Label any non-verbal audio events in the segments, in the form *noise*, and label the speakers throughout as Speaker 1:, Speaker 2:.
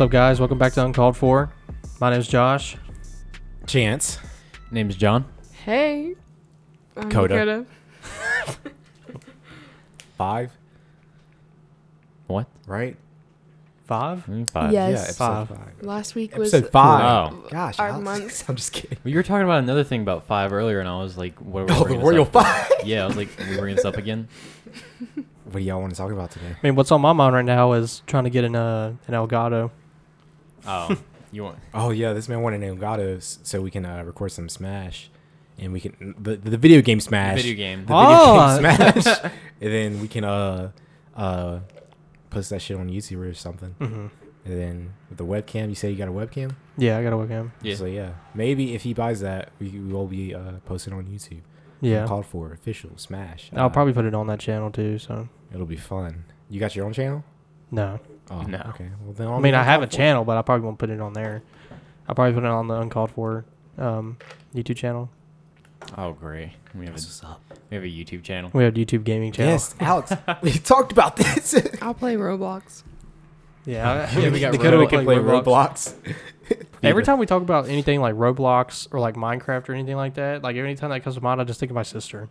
Speaker 1: up, guys? Welcome back to Uncalled For. My name's Josh.
Speaker 2: Chance.
Speaker 3: Name is John.
Speaker 4: Hey. I'm
Speaker 2: Coda. Five,
Speaker 3: What?
Speaker 2: right?
Speaker 1: Five?
Speaker 3: Mm, Five.
Speaker 4: Yes.
Speaker 2: Yeah, episode
Speaker 1: Five.
Speaker 2: five.
Speaker 4: Last week was
Speaker 2: Episode five.
Speaker 3: Wow.
Speaker 2: Gosh,
Speaker 4: Our
Speaker 2: Alex, *laughs*
Speaker 4: month.
Speaker 2: I'm just kidding.
Speaker 3: Well, you were talking about another thing about five earlier, and I was like, "What?" Are we
Speaker 2: Oh, the
Speaker 3: bringing this
Speaker 2: Royal
Speaker 3: up for?
Speaker 2: Five.
Speaker 3: Yeah, I was like, "Are "We bringing this up again?"
Speaker 2: *laughs* What do y'all want to talk about today?
Speaker 1: I mean, what's on my mind right now is trying to get an uh, an Elgato.
Speaker 3: Oh, you want?
Speaker 2: Oh yeah, this man wanted an Elgato s- so we can uh, record some Smash, and we can the, the video game Smash,
Speaker 3: Video game.
Speaker 2: the
Speaker 1: Oh.
Speaker 2: video game Smash, and then we can uh uh post that shit on YouTube or something.
Speaker 1: Mm-hmm.
Speaker 2: And then with the webcam, you say you got a webcam.
Speaker 1: Yeah, I got a webcam.
Speaker 3: Yeah.
Speaker 2: So yeah, maybe if he buys that, we, we will be uh posting on YouTube.
Speaker 1: Yeah.
Speaker 2: Called for official Smash.
Speaker 1: I'll
Speaker 2: Uh,
Speaker 1: probably put it on that channel too. So
Speaker 2: it'll be fun. You got your own channel?
Speaker 1: no,
Speaker 2: Oh,
Speaker 3: No.
Speaker 2: Okay. Well then,
Speaker 1: I mean I have a
Speaker 2: channel.
Speaker 1: channel, but I probably won't put it on there. I probably put it on the Uncalled For um, YouTube channel.
Speaker 3: Oh, great. We have a,
Speaker 2: up?
Speaker 3: we have a YouTube channel.
Speaker 1: We have a YouTube gaming channel.
Speaker 2: Yes, *laughs* Alex, we talked about this.
Speaker 4: I'll play Roblox.
Speaker 1: *laughs* Yeah. I- *laughs*
Speaker 2: *laughs*
Speaker 3: Yeah, we got
Speaker 1: Dakota
Speaker 3: Roblox.
Speaker 1: would
Speaker 2: can play Roblox.
Speaker 1: Every time we talk about anything like Roblox or like Minecraft or anything like that, like every time that comes to mind, I just think of my sister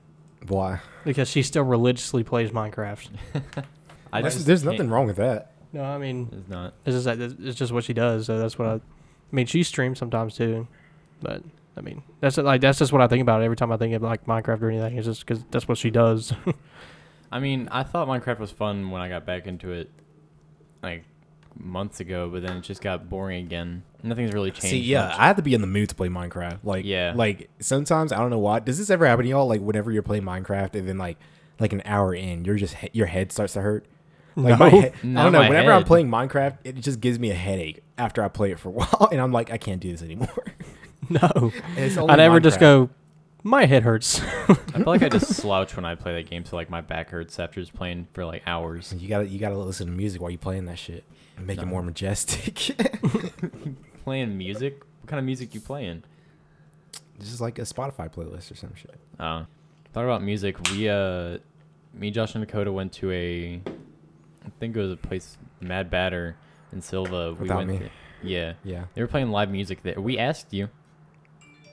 Speaker 2: Why?
Speaker 1: because she still religiously plays Minecraft.
Speaker 3: I
Speaker 2: That's-
Speaker 3: just
Speaker 2: there's
Speaker 3: can't-
Speaker 2: nothing wrong with that.
Speaker 1: No, I mean
Speaker 3: It's not.
Speaker 1: it's just that it's just what she does. So that's what I. I mean, she streams sometimes too, but I mean that's like that's just what I think about every time I think of like Minecraft or anything. It's just because that's what she does. *laughs*
Speaker 3: I mean, I thought Minecraft was fun when I got back into it, like months ago, but then it just got boring again. Nothing's really changed.
Speaker 2: See, yeah,
Speaker 3: much.
Speaker 2: I have to be in the mood to play Minecraft. Like,
Speaker 3: Yeah.
Speaker 2: like sometimes I don't know why. Does this ever happen to y'all? Like, whenever you're playing Minecraft, and then like, like an hour in, you're just he- your head starts to hurt. Like my
Speaker 1: No.
Speaker 2: head, I
Speaker 3: *laughs* Not
Speaker 2: don't know.
Speaker 3: my
Speaker 2: Whenever I'm
Speaker 3: head.
Speaker 2: playing Minecraft, it just gives me a headache after I play it for a *laughs* while, and I'm like, I can't do this anymore.
Speaker 1: no,
Speaker 2: And *laughs* it's only
Speaker 1: I never just
Speaker 2: Minecraft.
Speaker 1: go. My head hurts. *laughs*
Speaker 3: I feel like I just *laughs* slouch when I play that game, so like my back hurts after just playing for like
Speaker 2: *laughs*
Speaker 3: hours.
Speaker 2: You gotta, you gotta listen to music while you're playing that shit and make it
Speaker 3: No.
Speaker 2: more majestic. *laughs*
Speaker 3: Playing music? What kind of music you playing?
Speaker 2: just like a Spotify playlist or some shit.
Speaker 3: Oh. Thought about music. We uh me, Josh and Dakota went to a I think it was a place Mad Batter in Silva. We
Speaker 2: Without
Speaker 3: went
Speaker 2: me.
Speaker 3: th- yeah.
Speaker 2: Yeah.
Speaker 3: They were playing live music there. We asked you.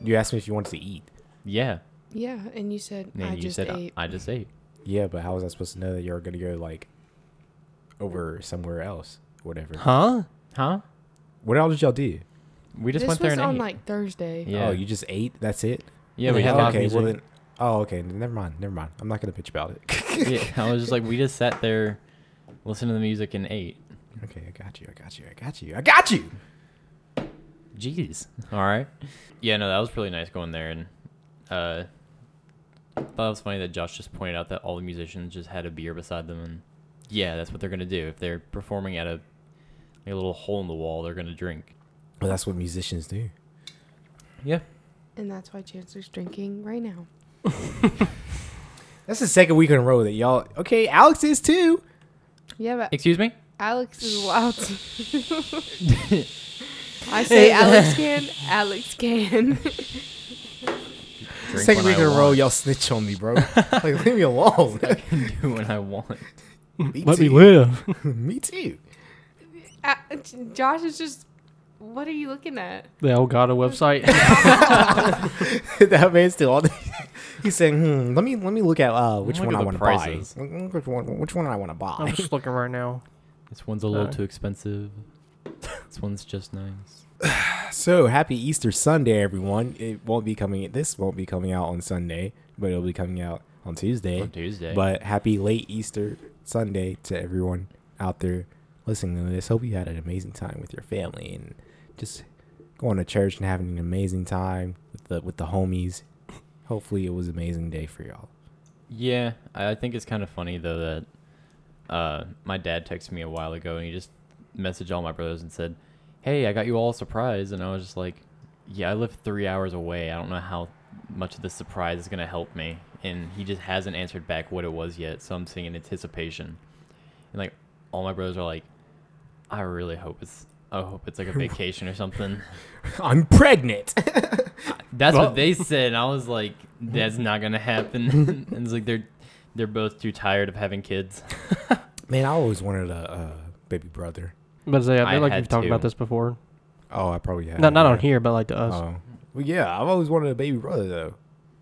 Speaker 2: You asked me if you wanted to eat.
Speaker 3: Yeah.
Speaker 4: Yeah, and you said
Speaker 3: And then
Speaker 4: I
Speaker 3: you
Speaker 4: just
Speaker 3: said uh,
Speaker 4: ate.
Speaker 3: I, I just ate.
Speaker 2: Yeah, but how was I supposed to know that you're gonna go like over somewhere else, whatever?
Speaker 1: huh?
Speaker 3: Huh?
Speaker 2: What else did y'all do?
Speaker 3: We just
Speaker 4: this
Speaker 3: went there
Speaker 4: was
Speaker 3: and
Speaker 4: on
Speaker 3: ate.
Speaker 4: like Thursday.
Speaker 3: Yeah.
Speaker 2: Oh, you just ate. That's it.
Speaker 3: yeah, we
Speaker 1: Yeah,
Speaker 3: had
Speaker 2: oh,
Speaker 3: live
Speaker 2: okay.
Speaker 3: music.
Speaker 2: Well then. Oh, okay. n- Never mind. Never mind. I'm not gonna bitch about it. *laughs*
Speaker 3: yeah, I was just like we just sat there listened to the music and ate.
Speaker 2: okay, I got you. I got you. I got you. I got you.
Speaker 3: Jeez. All right. Yeah, no, that was really nice going there, and uh, thought it was funny that Josh just pointed out that all the musicians just had a beer beside them, and yeah, that's what they're gonna do if they're performing at a, a little hole in the wall. They're gonna drink.
Speaker 2: Well, that's what musicians do.
Speaker 3: Yeah.
Speaker 4: And that's why Chancellor's drinking right now.
Speaker 2: That's the second week in a row that y'all. Okay, Alex is too.
Speaker 4: Yeah, but
Speaker 3: Excuse me.
Speaker 4: Alex is allowed
Speaker 3: *laughs*
Speaker 4: to. I say Alex
Speaker 2: *laughs*
Speaker 4: can. Alex can. *laughs*
Speaker 3: Drink
Speaker 2: second
Speaker 3: when
Speaker 2: week
Speaker 3: I
Speaker 2: in a row,
Speaker 3: want.
Speaker 2: y'all snitch on me, bro. *laughs*
Speaker 3: *laughs*
Speaker 2: like, leave me alone.
Speaker 3: I can do when I
Speaker 2: *laughs*
Speaker 3: want.
Speaker 2: me
Speaker 1: Let me
Speaker 2: too.
Speaker 1: live.
Speaker 2: *laughs* me too. *laughs*
Speaker 4: A- Josh is just. What are you looking at?
Speaker 1: The Elgato
Speaker 2: *laughs*
Speaker 1: website.
Speaker 2: that man's still all. *laughs* He's saying, "Hmm, let me let me look at uh, which
Speaker 3: look
Speaker 2: one
Speaker 3: at
Speaker 2: I
Speaker 3: the
Speaker 2: want to buy.
Speaker 3: prices.
Speaker 2: Look- look Which one, which one I want to
Speaker 1: I'm
Speaker 2: buy."
Speaker 1: just looking right now.
Speaker 3: This one's a little
Speaker 1: Uh.
Speaker 3: too expensive. This one's just nice.
Speaker 2: *laughs* so happy Easter Sunday, everyone! It won't be coming. This won't be coming out on Sunday, but it'll be coming out on Tuesday.
Speaker 3: On Tuesday.
Speaker 2: But happy late Easter Sunday to everyone out there listening to this. Hope you had an amazing time with your family and just going to church and having an amazing time with the with the homies. Hopefully, it was an amazing day for y'all. *laughs*
Speaker 3: Yeah, I I think it's kind of funny though that uh, my dad texted me a while ago and he just messaged all my brothers and said, "Hey, I got you all a surprise," and I was just like, "Yeah, I live three hours away. I don't know how much of this surprise is gonna help me." And he just hasn't answered back what it was yet, so I'm sitting in anticipation, and like all my brothers are like, "I really hope it's." I hope it's like a vacation or something.
Speaker 2: I'm pregnant.
Speaker 3: That's what they said. And I was like, "That's not gonna happen." *laughs* and it's like they're they're both too tired of having kids.
Speaker 2: Man, I always wanted a, uh baby brother.
Speaker 1: But yeah, I
Speaker 3: I
Speaker 1: feel like
Speaker 3: had
Speaker 1: we've talked about
Speaker 3: to.
Speaker 1: this before.
Speaker 2: Oh, I probably have.
Speaker 1: Not not on here, but like to us.
Speaker 2: Oh. Well, yeah, I've always wanted a baby brother though.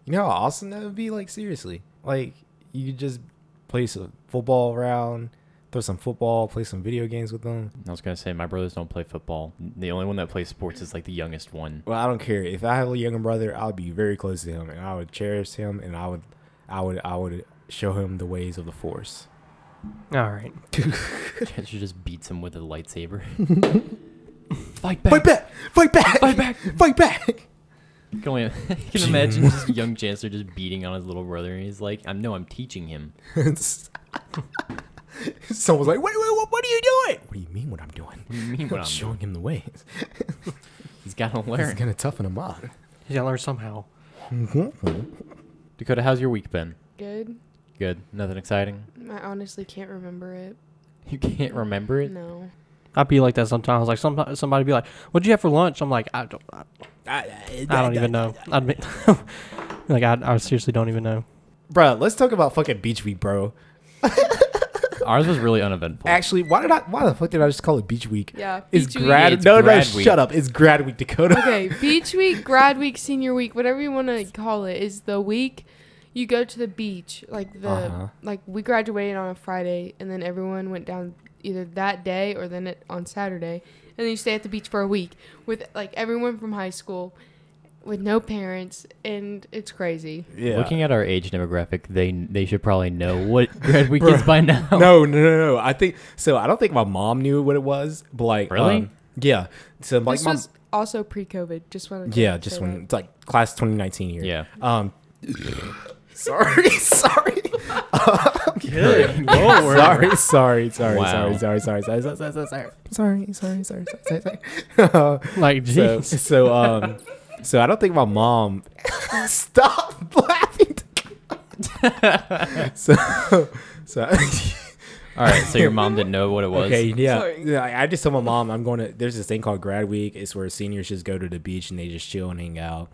Speaker 2: You know how awesome that would be? Like seriously, like you could just play some football around, throw some football, play some video games with them.
Speaker 3: I was gonna say my brothers don't play football. The only one that plays sports is like the youngest one.
Speaker 2: Well, I don't care. If I have a younger brother, I'll be very close to him, and I would cherish him, and I would, I would, I would show him the ways of the force.
Speaker 1: All right.
Speaker 3: she just beats him with a lightsaber.
Speaker 2: Fight back! Fight back! Fight back!
Speaker 3: *laughs*
Speaker 2: Fight back! Fight back! *laughs*
Speaker 3: You can, only, you *laughs* can imagine just young Chancellor just beating on his little brother, and he's like, "I know, I'm teaching him."
Speaker 2: Someone's like, wait, wait, what, what are you doing? What do you mean what I'm doing?
Speaker 3: What do you mean what
Speaker 2: I'm
Speaker 3: I'm
Speaker 2: showing him the ways.
Speaker 3: He's gotta
Speaker 2: He's
Speaker 3: learn.
Speaker 2: gonna toughen him up.
Speaker 1: He's gotta learn somehow.
Speaker 2: Mm-hmm.
Speaker 3: Dakota, how's your week been?
Speaker 4: Good.
Speaker 3: Good. Nothing exciting.
Speaker 4: I honestly can't remember it.
Speaker 3: You can't remember it.
Speaker 4: No.
Speaker 1: I'd be like that sometimes. Like some somebody be like, "What'd you have for lunch?" I'm like, "I don't, I, I don't even know." I'd be *laughs* like, I, "I seriously don't even know."
Speaker 2: Bro, let's talk about fucking Beach Week, bro.
Speaker 3: Ours was really uneventful.
Speaker 2: Actually, why did I? Why the fuck did I just call it Beach Week?
Speaker 4: Yeah.
Speaker 2: It's
Speaker 4: beach week.
Speaker 2: grad.
Speaker 3: It's
Speaker 2: no,
Speaker 3: grad
Speaker 2: no,
Speaker 3: week.
Speaker 2: shut up. It's grad week, Dakota.
Speaker 4: Okay, beach week, grad week, senior week, whatever you want to call it, is the week you go to the beach. Like the
Speaker 2: Uh-huh.
Speaker 4: like we graduated on a Friday, and then everyone went down either that day or then it, on Saturday, and then you stay at the beach for a week with like everyone from high school, with no parents, and it's crazy.
Speaker 2: Yeah.
Speaker 3: Looking at our age demographic, they they should probably know
Speaker 2: *laughs*
Speaker 3: what grad week is by now.
Speaker 2: No, no, no, no. I think so. I don't think my mom knew what it was, but like,
Speaker 3: Really?
Speaker 2: um, yeah. So like,
Speaker 4: this
Speaker 2: my,
Speaker 4: was also pre-COVID. Just wanted to
Speaker 2: yeah, just
Speaker 4: say
Speaker 2: when
Speaker 4: that.
Speaker 2: it's like class 2019 year.
Speaker 3: Yeah.
Speaker 2: Um. sorry, *laughs* sorry,
Speaker 3: *laughs* Sorry.
Speaker 2: sorry, sorry, sorry,
Speaker 3: Wow.
Speaker 2: sorry, sorry, sorry, sorry, sorry, *laughs* sorry, sorry, sorry, sorry, sorry, sorry,
Speaker 4: *laughs*
Speaker 2: sorry, sorry.
Speaker 1: Like,
Speaker 2: so,
Speaker 1: *laughs* jeez.
Speaker 2: so um so I don't think my mom *laughs* stop laughing. *laughs* so *laughs* so
Speaker 3: All right. So your mom didn't know what it was.
Speaker 2: okay yeah
Speaker 4: Sorry.
Speaker 2: yeah I- I just told my mom I'm going to there's this thing called grad week it's where seniors just go to the beach and they just chill and hang out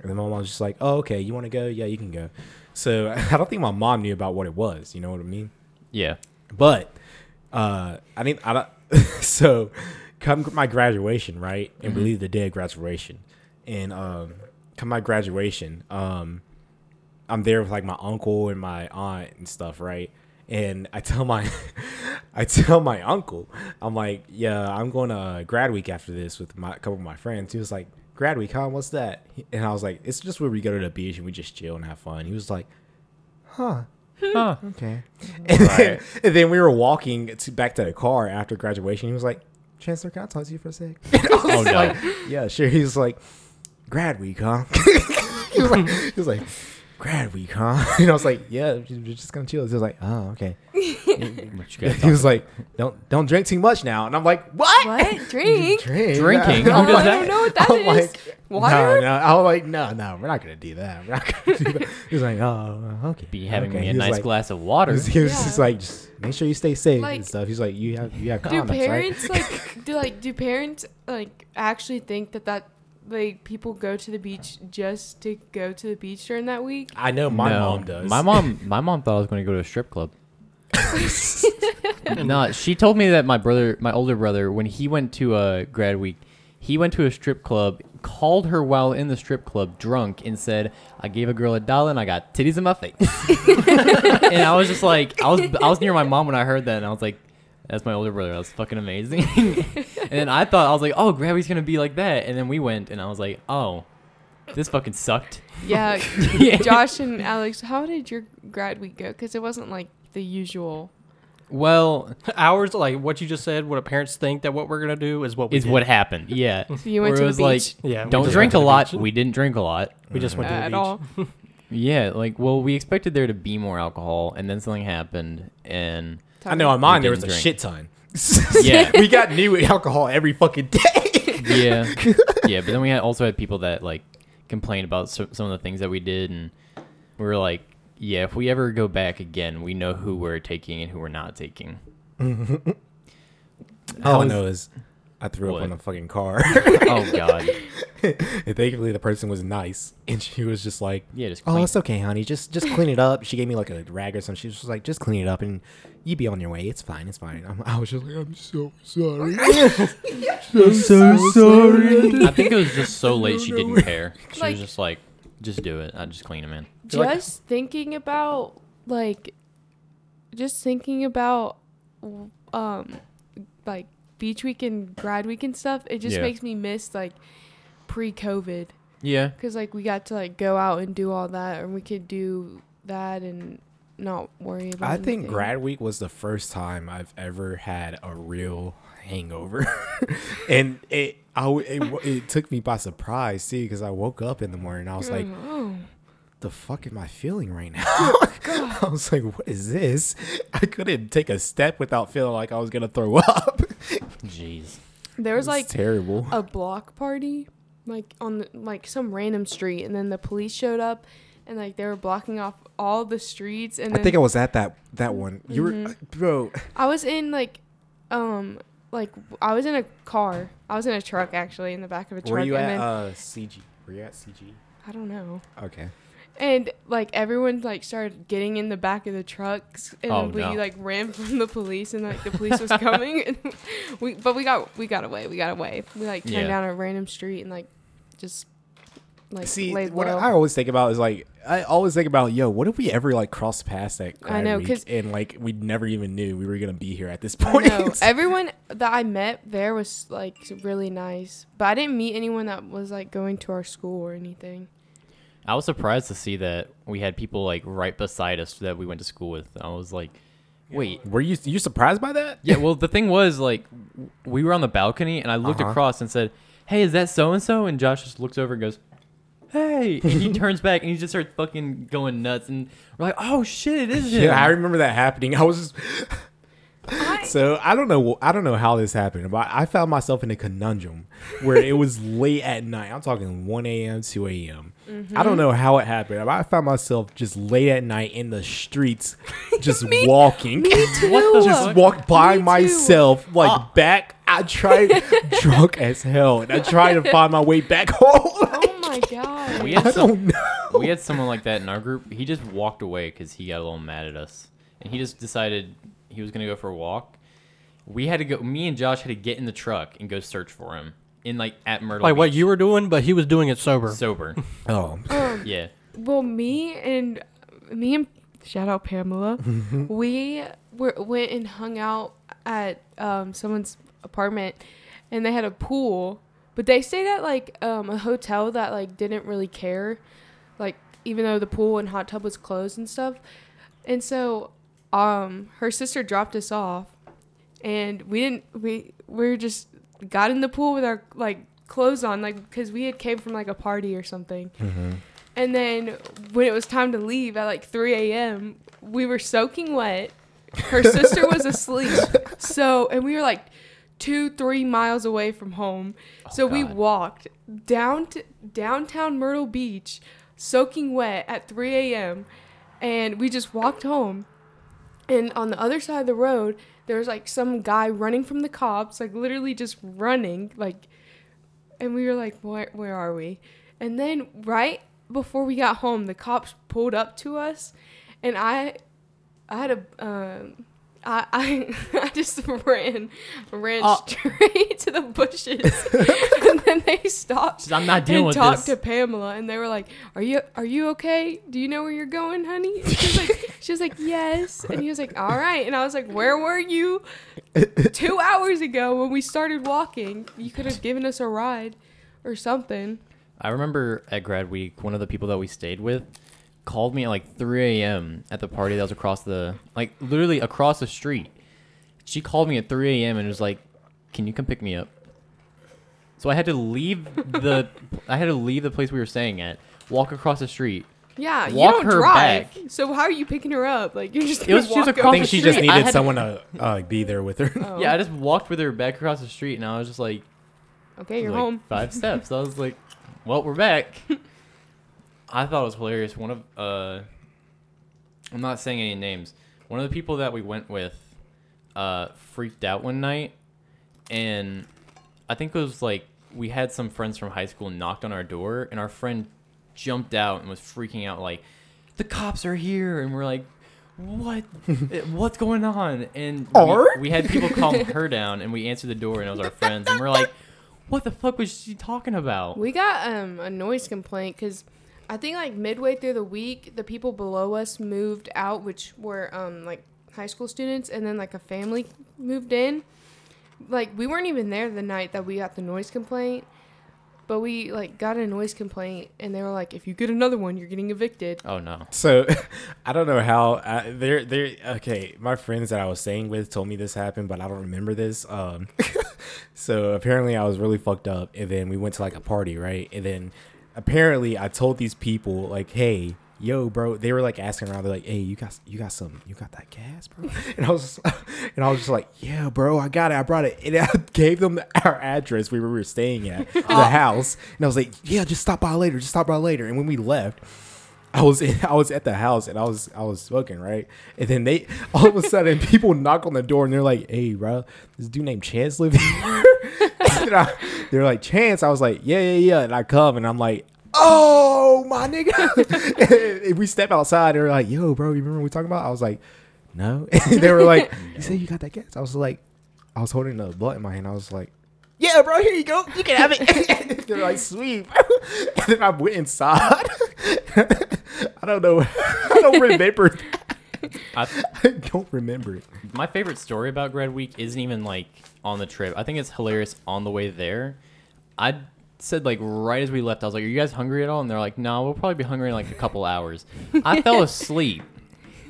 Speaker 2: and then my mom's just like oh okay you want to go yeah you can go so *laughs* I don't think my mom knew about what it was you know what I mean
Speaker 3: Yeah.
Speaker 2: but uh, I mean, I don't. *laughs* so, come my graduation, right? And we leave the day of graduation, and um, come my graduation, um, I'm there with like my uncle and my aunt and stuff, right? And I tell my, *laughs* I tell my uncle, I'm like, yeah, I'm going to grad week after this with my a couple of my friends. He was like, grad week, huh? What's that? And I was like, it's just where we go to the beach and we just chill and have fun. He was like, huh?
Speaker 3: Huh.
Speaker 2: Okay.
Speaker 4: Mm-hmm.
Speaker 2: And, then,
Speaker 3: Right.
Speaker 2: and then we were walking to, back to the car after graduation. He was like, Chancellor, can I talk to you for a sec?
Speaker 4: *laughs*
Speaker 2: And I was
Speaker 3: Oh, no. *laughs*
Speaker 2: like, yeah, sure. He was like, grad week, huh? *laughs* he, was like, he was like, grad week, huh? *laughs* And I was like, yeah, we're just going to chill. He was like, oh, okay.
Speaker 3: What you guys
Speaker 2: *laughs* He was like, don't don't drink too much now. And I'm like, what? *laughs*
Speaker 4: What drink?
Speaker 2: Drink.
Speaker 3: Drinking?
Speaker 2: I'm
Speaker 3: Who does
Speaker 2: like-
Speaker 4: I don't know what that
Speaker 2: I'm
Speaker 4: is.
Speaker 2: like, No,
Speaker 4: Water?
Speaker 2: no. I was like, no, no, we're not going to do that. We're not going to do that. *laughs* He was like, oh, okay.
Speaker 3: be having
Speaker 2: okay.
Speaker 3: me a
Speaker 2: He was
Speaker 3: nice
Speaker 2: like-
Speaker 3: glass of water.
Speaker 2: he
Speaker 4: *laughs*
Speaker 2: was, he was
Speaker 4: Yeah.
Speaker 2: just like, just make sure you stay safe
Speaker 4: Like,
Speaker 2: and stuff. He's like, you have you have
Speaker 4: *laughs* do
Speaker 2: condoms,
Speaker 4: parents
Speaker 2: Oh, right?
Speaker 4: like do like do parents like actually think that that like people go to the beach just to go to the beach during that week
Speaker 2: I know my
Speaker 3: No.
Speaker 2: mom does.
Speaker 3: My mom, my mom thought I was going to go to a strip club. no, she told me that my brother, my older brother, when he went to uh, grad week, he went to a strip club, called her while in the strip club, drunk, and said, "I gave a girl a dollar and I got titties in my face." and I was just like, I was, I was near my mom when I heard that, and I was like. That's my older brother. That's fucking amazing. *laughs* and then I thought I was like, "Oh, grad week's gonna be like that." And then we went, and I was like, "Oh, this fucking sucked."
Speaker 4: yeah *laughs*
Speaker 3: Yeah.
Speaker 4: josh and alex how did your grad week go because it wasn't like the usual
Speaker 3: Well,
Speaker 1: Hours like what you just said. What parents think that what we're gonna do is what we
Speaker 3: is
Speaker 1: did.
Speaker 3: what happened. Yeah. *laughs*
Speaker 4: so you went
Speaker 3: Where
Speaker 4: to
Speaker 3: it
Speaker 4: the
Speaker 3: was
Speaker 4: beach
Speaker 3: like,
Speaker 1: Yeah. we
Speaker 3: Don't
Speaker 1: just went
Speaker 3: drink
Speaker 1: to
Speaker 3: a
Speaker 1: the
Speaker 3: lot.
Speaker 1: beach.
Speaker 3: We didn't drink a lot.
Speaker 1: We just went to
Speaker 4: uh,
Speaker 1: the
Speaker 4: at
Speaker 1: beach.
Speaker 4: all
Speaker 3: Yeah, like well, we expected there to be more alcohol, and then something happened,
Speaker 4: *laughs*
Speaker 3: and
Speaker 2: I know on mine there was
Speaker 3: didn't
Speaker 2: a
Speaker 3: drink.
Speaker 2: shit *laughs* ton.
Speaker 3: Yeah.
Speaker 2: *laughs* we got new alcohol every fucking day.
Speaker 3: yeah,
Speaker 4: *laughs*
Speaker 3: yeah. But then we had also had people that like complained about so, some of the things that we did, and we were like, yeah, if we ever go back again, we know
Speaker 4: *laughs*
Speaker 3: who we're taking and who we're not taking.
Speaker 2: All I
Speaker 3: was-
Speaker 2: know is I threw
Speaker 3: What?
Speaker 2: up on a fucking *laughs* car.
Speaker 3: oh god.
Speaker 2: and thankfully, the person was nice, and she was just like,
Speaker 3: Yeah, just
Speaker 2: "Oh,
Speaker 3: clean-
Speaker 2: it's okay, honey. Just just clean it up." She gave me like a rag or something. She was just like, "Just clean it up, and you be on your way. It's fine. It's fine." I'm, I was just like, "I'm so sorry. *laughs* I'm so sorry."
Speaker 3: I think it was just
Speaker 4: *laughs*
Speaker 3: so late she didn't care. She
Speaker 4: Like-
Speaker 3: was just like, just do it. I just clean him in.
Speaker 2: feel like-
Speaker 4: just thinking about like just thinking about um like beach week and grad week and stuff it just
Speaker 3: Yeah.
Speaker 4: makes me miss like pre-covid
Speaker 3: Yeah.
Speaker 4: because like we got to like go out and do all that and we could do that and not worry about
Speaker 2: I think
Speaker 4: anything.
Speaker 2: grad week was the first time I've ever had a real hangover, *laughs* and it I w- it, w- it took me by surprise too because I woke up in the morning. I was like,
Speaker 4: oh
Speaker 2: "The fuck am I feeling right now?" *laughs* I was like, "What is this?" I couldn't take a step without feeling like I was gonna throw up. *laughs*
Speaker 3: Jeez.
Speaker 4: there
Speaker 2: It
Speaker 4: was like
Speaker 2: terrible.
Speaker 4: a block party like on the, like some random street and then the police showed up and like they were blocking off all the streets and
Speaker 2: I
Speaker 4: then Mm-hmm.
Speaker 2: think I was at that that one. You were, bro.
Speaker 4: I was in like, um, like I was in a car. I was in a truck actually, in the back of a truck.
Speaker 2: Were you
Speaker 4: and
Speaker 2: at
Speaker 4: then,
Speaker 2: uh, CG? Were you at CG?
Speaker 4: I don't know.
Speaker 2: Okay.
Speaker 4: And like everyone like started getting in the back of the trucks, and
Speaker 3: Oh,
Speaker 4: we
Speaker 3: no.
Speaker 4: like ran from the police, and like the police was coming, and *laughs* we but we got we got away. We got away. We like turned
Speaker 3: Yeah.
Speaker 4: down a random street and like just like
Speaker 2: See,
Speaker 4: laid
Speaker 2: what
Speaker 4: low.
Speaker 2: I always think about is like I always think about, yo, what if we ever like crossed past that?
Speaker 4: I know,
Speaker 2: week
Speaker 4: 'cause-
Speaker 2: and like we never even knew we were gonna be here at this *laughs*
Speaker 4: I
Speaker 2: point.
Speaker 4: know. Everyone that I met there was like really nice, but I didn't meet anyone that was like going to our school or anything.
Speaker 3: I was surprised to see that we had people like right beside us that we went to school with. I was like, wait.
Speaker 2: were you you surprised by that?
Speaker 3: Yeah, well, the thing was, like, w- we were on the balcony and I looked
Speaker 2: Uh-huh.
Speaker 3: across and said, hey, is that so and so? And Josh just looks over and goes, hey. And
Speaker 2: *laughs*
Speaker 3: he turns back and he just starts fucking going nuts. And we're like, oh shit, it
Speaker 2: *laughs*
Speaker 3: is him.
Speaker 2: Yeah, I remember that happening. I was just *laughs* so I don't know. I don't know how this happened, but I found myself in a conundrum where it was late at night. I'm talking 1 a.m., 2 a.m. I don't know how it happened. but I found myself just late at night in the streets, just walking.
Speaker 3: What the
Speaker 2: just
Speaker 3: fuck?
Speaker 2: walked by
Speaker 4: Me too.
Speaker 2: myself, like
Speaker 3: Ah.
Speaker 2: back. I tried drunk as hell, and I tried to find my way back home.
Speaker 4: *laughs*
Speaker 3: *laughs*
Speaker 4: Oh my god.
Speaker 3: We
Speaker 2: I
Speaker 3: had, some,
Speaker 2: don't know.
Speaker 3: we had someone like that in our group. He just walked away because he got a little mad at us. And he just decided he was going to go for a walk. We had to go, me and Josh had to get in the truck and go search for him. In like at Myrtle.
Speaker 1: Like what
Speaker 3: Beach.
Speaker 1: you were doing, but he was doing it sober.
Speaker 3: Sober.
Speaker 2: *laughs* Oh,
Speaker 4: Um,
Speaker 3: yeah.
Speaker 4: Well, me and me and shout out Pamela, we were, went and hung out at um, someone's apartment, and they had a pool, but they stayed at like um, a hotel that like didn't really care, like even though the pool and hot tub was closed and stuff, and so um, her sister dropped us off, and we didn't we we were just got in the pool with our like clothes on like because we had came from like a party or something. And then when it was time to leave at like 3 a.m., we were soaking wet. Her sister was asleep. So, and we were like two, three miles away from home. so we
Speaker 3: God.
Speaker 4: walked down to downtown Myrtle Beach, soaking wet at 3 a.m. And we just walked home. And on the other side of the road, there was like some guy running from the cops, like literally just running, like and we were like, where, where are we? And then right before we got home, the cops pulled up to us, and I, I had a, um, I, I, *laughs* I just ran, ran
Speaker 3: Oh.
Speaker 4: straight to the bushes,
Speaker 3: *laughs*
Speaker 4: and then they stopped
Speaker 3: She's, I'm not dealing
Speaker 4: and
Speaker 3: with
Speaker 4: talked
Speaker 3: this.
Speaker 4: to Pamela, and they were like, "Are you, are you okay? Do you know where you're going,
Speaker 3: *laughs*
Speaker 4: honey?" And she was like, she was like, "Yes," and he was like, "All right," and I was like, "Where were you?" two hours ago when we started walking. You could have given us a ride or something.
Speaker 3: I remember at grad week, one of the people that we stayed with called me at like 3 a.m. at the party that was across the, like literally across the street. She called me at 3 a.m. and was like, "Can you come pick me up?" So I had to leave the, *laughs* I had to leave the place we were staying at, walk across the street.
Speaker 4: Yeah,
Speaker 3: Walk
Speaker 4: you don't
Speaker 3: her
Speaker 4: drive.
Speaker 3: back.
Speaker 4: So how are you picking her up? Like you're just
Speaker 3: It was-
Speaker 4: gonna
Speaker 3: she was
Speaker 4: walk
Speaker 3: across
Speaker 2: I
Speaker 4: over
Speaker 2: think
Speaker 4: the
Speaker 2: she just
Speaker 4: street?
Speaker 3: I
Speaker 2: needed
Speaker 3: had-
Speaker 2: someone to uh, be there with her.
Speaker 4: Oh.
Speaker 3: Yeah, I just walked with her back across the street, and I was just like,
Speaker 4: Okay, you're
Speaker 3: like,
Speaker 4: home. *laughs*
Speaker 3: Five steps. I was like, well, we're back. I thought it was hilarious. One of, uh, I'm not saying any names. One of the people that we went with, uh, freaked out one night, and I think it was like we had some friends from high school knocked on our door, and our friend jumped out and was freaking out like, "The cops are here!" And we're like,
Speaker 4: *laughs*
Speaker 3: "What? Eh, What's going on?" And we,
Speaker 2: Art?
Speaker 3: we had people
Speaker 4: *laughs*
Speaker 3: calm her down, and we answered the door, and it was our friends, and we're like, "What the fuck was she talking about?"
Speaker 4: We got um, a noise complaint because I think like midway through the week, the people below us moved out, which were um, like high school students, and then like a family moved in. Like we weren't even there the night that we got the noise complaint, but we like got a noise complaint, and they were like, "If you get another one, you're getting evicted."
Speaker 3: oh no.
Speaker 2: So, *laughs* I don't know how uh, they're they're okay. My friends that I was staying with told me this happened, but I don't remember this. Um, so apparently I was really fucked up, and then we went to like a party, right? And then apparently I told these people like, "Hey, yo, bro," they were like asking around. They're like, "Hey, you got you got some you got that gas, bro?" *laughs* And I was and I was just like, "Yeah, bro, I got it. I brought it." And I *laughs* gave them our address we were staying at the house, and I was like, "Yeah, just stop by later. Just stop by later." And when we left. I was in, I was at the house and I was I was smoking right, and then they all of a sudden people knock on the door and they're like, "Hey, bro, this dude named Chance live here." *laughs* And I- they're like, "Chance," I was like, "Yeah, yeah, yeah," and I come and I'm like. Oh my nigga! *laughs* and we step outside and we're like, "Yo, bro, you remember what we talking about?" I was like, "No." *laughs* And they were like, "You said you got that gas?" I was like, "I was holding the blunt in my hand." I was like, "Yeah, bro, here you go. You can have *laughs* it." they're like, "Sweet." bro." *laughs* and then I went inside. *laughs* I don't know. *laughs* I don't remember.
Speaker 3: I,
Speaker 2: *laughs* I don't remember it.
Speaker 3: my favorite story about grad week isn't even like on the trip. I think it's hilarious on the way there. I said like right as we left, I was like, "Are you guys hungry at all?" And they're like, "No, we'll probably be hungry in like a couple hours."
Speaker 2: *laughs*
Speaker 3: I fell asleep.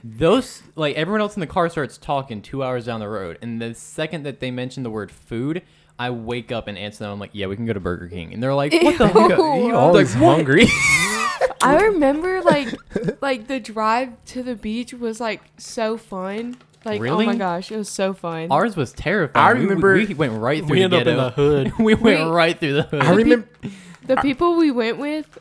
Speaker 3: Those like everyone else in the car starts talking two hours down the road, and the second that they mention the word food, I wake up and answer them. I'm like, "Yeah, we can go to Burger King," and they're like, "What
Speaker 2: *laughs*
Speaker 4: *laughs*
Speaker 3: the?"
Speaker 4: Ew.
Speaker 3: Heck?
Speaker 2: You always
Speaker 3: Like, what? *laughs*
Speaker 2: hungry.
Speaker 4: I
Speaker 2: *laughs*
Speaker 4: remember like like the drive to the beach was like so fun. Like oh my
Speaker 3: Really?
Speaker 4: gosh, it was so fun.
Speaker 3: Ours was terrifying.
Speaker 2: I
Speaker 3: We-
Speaker 2: remember-
Speaker 3: we, went right through
Speaker 1: Mm. We
Speaker 3: the
Speaker 1: end up in
Speaker 3: ghetto.
Speaker 1: the hood.
Speaker 3: *laughs* we went
Speaker 4: We-
Speaker 3: right through the hood.
Speaker 2: I remember.
Speaker 4: The people we went with,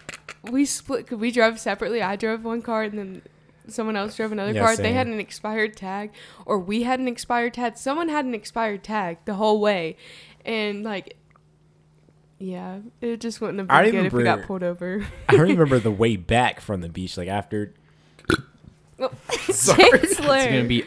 Speaker 4: we split. 'cause We drove separately. I drove one car, and then someone else drove another
Speaker 2: Yeah,
Speaker 4: car. They had
Speaker 2: same.
Speaker 4: an expired tag, or we had an expired tag. Someone had an expired tag the whole way, and like, yeah, it just wouldn't have been
Speaker 2: I
Speaker 4: good if we got
Speaker 2: remember- *laughs*
Speaker 4: pulled over.
Speaker 2: I remember the way back from the beach, like after
Speaker 4: *laughs* Sorry.
Speaker 3: It's gonna be